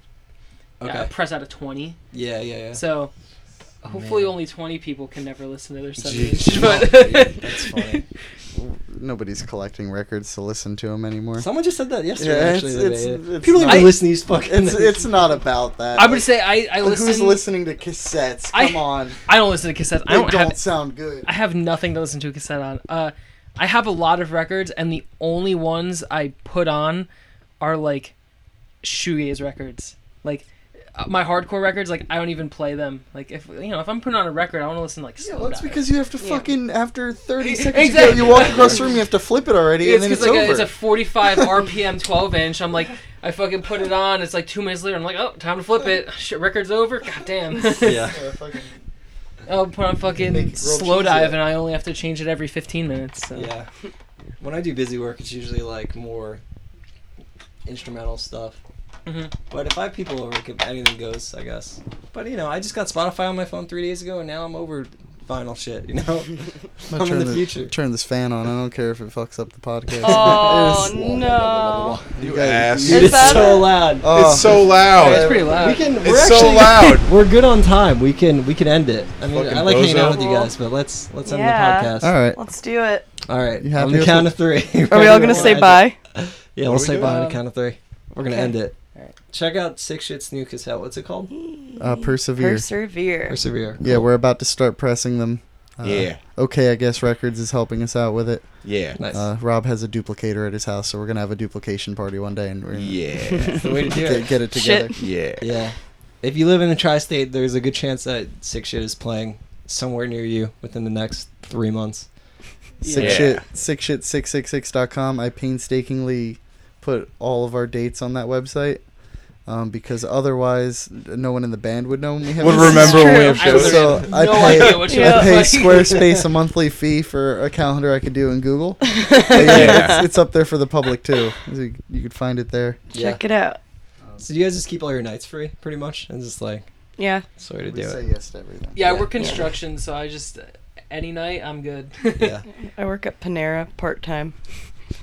Speaker 6: yeah, a
Speaker 5: okay.
Speaker 6: press out of twenty.
Speaker 5: Yeah, yeah, yeah.
Speaker 6: So hopefully
Speaker 5: Man.
Speaker 6: only 20 people can never listen to their
Speaker 1: Jeez.
Speaker 6: submissions. But
Speaker 5: That's funny.
Speaker 4: nobody's collecting records to listen to them anymore.
Speaker 5: Someone just said that yesterday.
Speaker 4: Yeah,
Speaker 5: actually,
Speaker 4: it's-
Speaker 5: the other
Speaker 4: it's-
Speaker 5: day.
Speaker 4: it's
Speaker 5: people don't even
Speaker 6: not-
Speaker 5: listen to these fucking.
Speaker 4: It's it's not about that.
Speaker 6: I would say I, I
Speaker 4: Like, who's
Speaker 6: listen.
Speaker 4: listening to cassettes?
Speaker 6: I-
Speaker 4: Come on, they
Speaker 6: I don't listen to cassettes. I
Speaker 4: don't,
Speaker 6: don't have.
Speaker 4: sound good.
Speaker 6: I have nothing to listen to a cassette on. Uh, I have a lot of records, and the only ones I put on are like shoegaze records. Like uh, my hardcore records, like I don't even play them. Like if you know, if I'm putting on a record, I want to listen to, like
Speaker 4: Yeah,
Speaker 6: slow
Speaker 4: well, it's
Speaker 6: dive.
Speaker 4: because you have to fucking after 30 seconds
Speaker 6: Exactly.
Speaker 4: you, go, you walk across the room, you have to flip it already,
Speaker 6: it's
Speaker 4: and then it's
Speaker 6: like
Speaker 4: over.
Speaker 6: A, it's a 45 RPM 12 inch. I'm like, I fucking put it on. It's like two minutes later. I'm like, oh, time to flip it. Shit, record's over. God damn.
Speaker 5: Yeah.
Speaker 4: Yeah, fucking-
Speaker 6: I'll put on
Speaker 4: Make
Speaker 6: fucking
Speaker 4: grilled
Speaker 6: slow
Speaker 4: cheese
Speaker 6: dive,
Speaker 4: yet.
Speaker 6: and I only have to change it every 15 minutes. So.
Speaker 5: Yeah. When I do busy work, it's usually like more instrumental stuff.
Speaker 7: Mm-hmm.
Speaker 6: Mhm.
Speaker 5: But if I have people over, it could- anything goes, I guess. But you know, I just got Spotify on my phone three days ago, and now I'm over vinyl shit. You know,
Speaker 4: I'm
Speaker 5: I'm
Speaker 4: gonna
Speaker 5: in
Speaker 4: turn,
Speaker 5: the future.
Speaker 4: turn this fan on. I don't care if it fucks up the podcast.
Speaker 7: Oh,
Speaker 4: It's-
Speaker 7: no.
Speaker 1: You
Speaker 4: guys-
Speaker 1: ass.
Speaker 7: Is
Speaker 5: It's
Speaker 7: that-
Speaker 5: so loud.
Speaker 4: Oh.
Speaker 1: it's so loud.
Speaker 6: it's pretty loud.
Speaker 5: We can.
Speaker 1: Oh, It's
Speaker 5: we're
Speaker 1: so
Speaker 5: actually-
Speaker 1: loud.
Speaker 5: We're good on time. We can. We can end it. I mean,
Speaker 1: Fucking
Speaker 5: I like hanging out
Speaker 1: bozo.
Speaker 5: with you guys, but let's let's end
Speaker 7: Yeah.
Speaker 5: the podcast.
Speaker 4: All right.
Speaker 7: Let's do it.
Speaker 5: All right.
Speaker 4: You happy
Speaker 5: on the
Speaker 4: with
Speaker 5: count
Speaker 4: it?
Speaker 5: of three.
Speaker 7: Are we all gonna say bye?
Speaker 5: Yeah,
Speaker 1: What
Speaker 5: we'll uh,
Speaker 1: are we
Speaker 5: say
Speaker 1: doing?
Speaker 5: bye on the
Speaker 6: Um,
Speaker 5: count of three. We're gonna
Speaker 7: okay.
Speaker 5: end it.
Speaker 6: Alright.
Speaker 5: Check out Six Shits New as Hell. What's it called?
Speaker 4: Uh, persevere.
Speaker 7: Persevere.
Speaker 5: Persevere.
Speaker 4: yeah, we're about to start pressing them. Uh,
Speaker 1: Yeah,
Speaker 4: Okay, I guess Records is helping us out with it.
Speaker 1: yeah,
Speaker 5: Nice.
Speaker 4: Uh, Rob has a duplicator at his house, so we're gonna have a duplication party one day, and we're gonna
Speaker 1: yeah,
Speaker 5: That's the way to do
Speaker 4: get,
Speaker 5: it.
Speaker 4: get it together.
Speaker 1: yeah.
Speaker 5: Yeah. If you live in the tri-state, there's a good chance that Six Shit is playing somewhere near you within the next three months.
Speaker 4: Six
Speaker 1: Yeah.
Speaker 4: shit, six shit, six six six dot com. I painstakingly put all of our dates on that website um, because otherwise, no one in the band would know when we have.
Speaker 1: Would
Speaker 4: this.
Speaker 1: remember when we have
Speaker 6: This is true.
Speaker 1: shows.
Speaker 6: I
Speaker 4: So
Speaker 6: literally
Speaker 4: I
Speaker 6: have no
Speaker 4: pay,
Speaker 6: idea what you
Speaker 4: I
Speaker 7: look
Speaker 4: pay
Speaker 6: like.
Speaker 4: Squarespace a monthly fee for a calendar I could do in Google. But yeah,
Speaker 1: Yeah.
Speaker 4: it's, it's up there for the public too. You, you could find it there.
Speaker 5: Yeah.
Speaker 7: Check it out.
Speaker 5: So you guys just keep all your nights free, pretty much, and just like
Speaker 7: Yeah.
Speaker 5: that's the way to
Speaker 4: We
Speaker 5: do
Speaker 4: say
Speaker 5: it.
Speaker 4: yes to everything.
Speaker 6: Yeah, I
Speaker 5: Yeah.
Speaker 6: work construction, so I just any night I'm good.
Speaker 5: Yeah.
Speaker 7: I work at Panera part time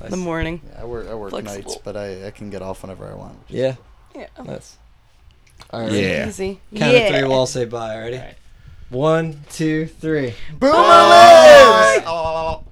Speaker 7: in the
Speaker 5: Nice.
Speaker 7: morning.
Speaker 4: Yeah, I work, I work
Speaker 7: Flexible.
Speaker 4: nights, but I, I can get off whenever I want.
Speaker 5: Yeah.
Speaker 7: Yeah.
Speaker 5: Nice. All right.
Speaker 1: Yeah.
Speaker 7: Easy.
Speaker 5: Count
Speaker 7: yeah.
Speaker 5: of three. We'll all say bye. Ready?
Speaker 6: Alright.
Speaker 5: One, two, three.
Speaker 4: Boomer lives!
Speaker 1: Oh.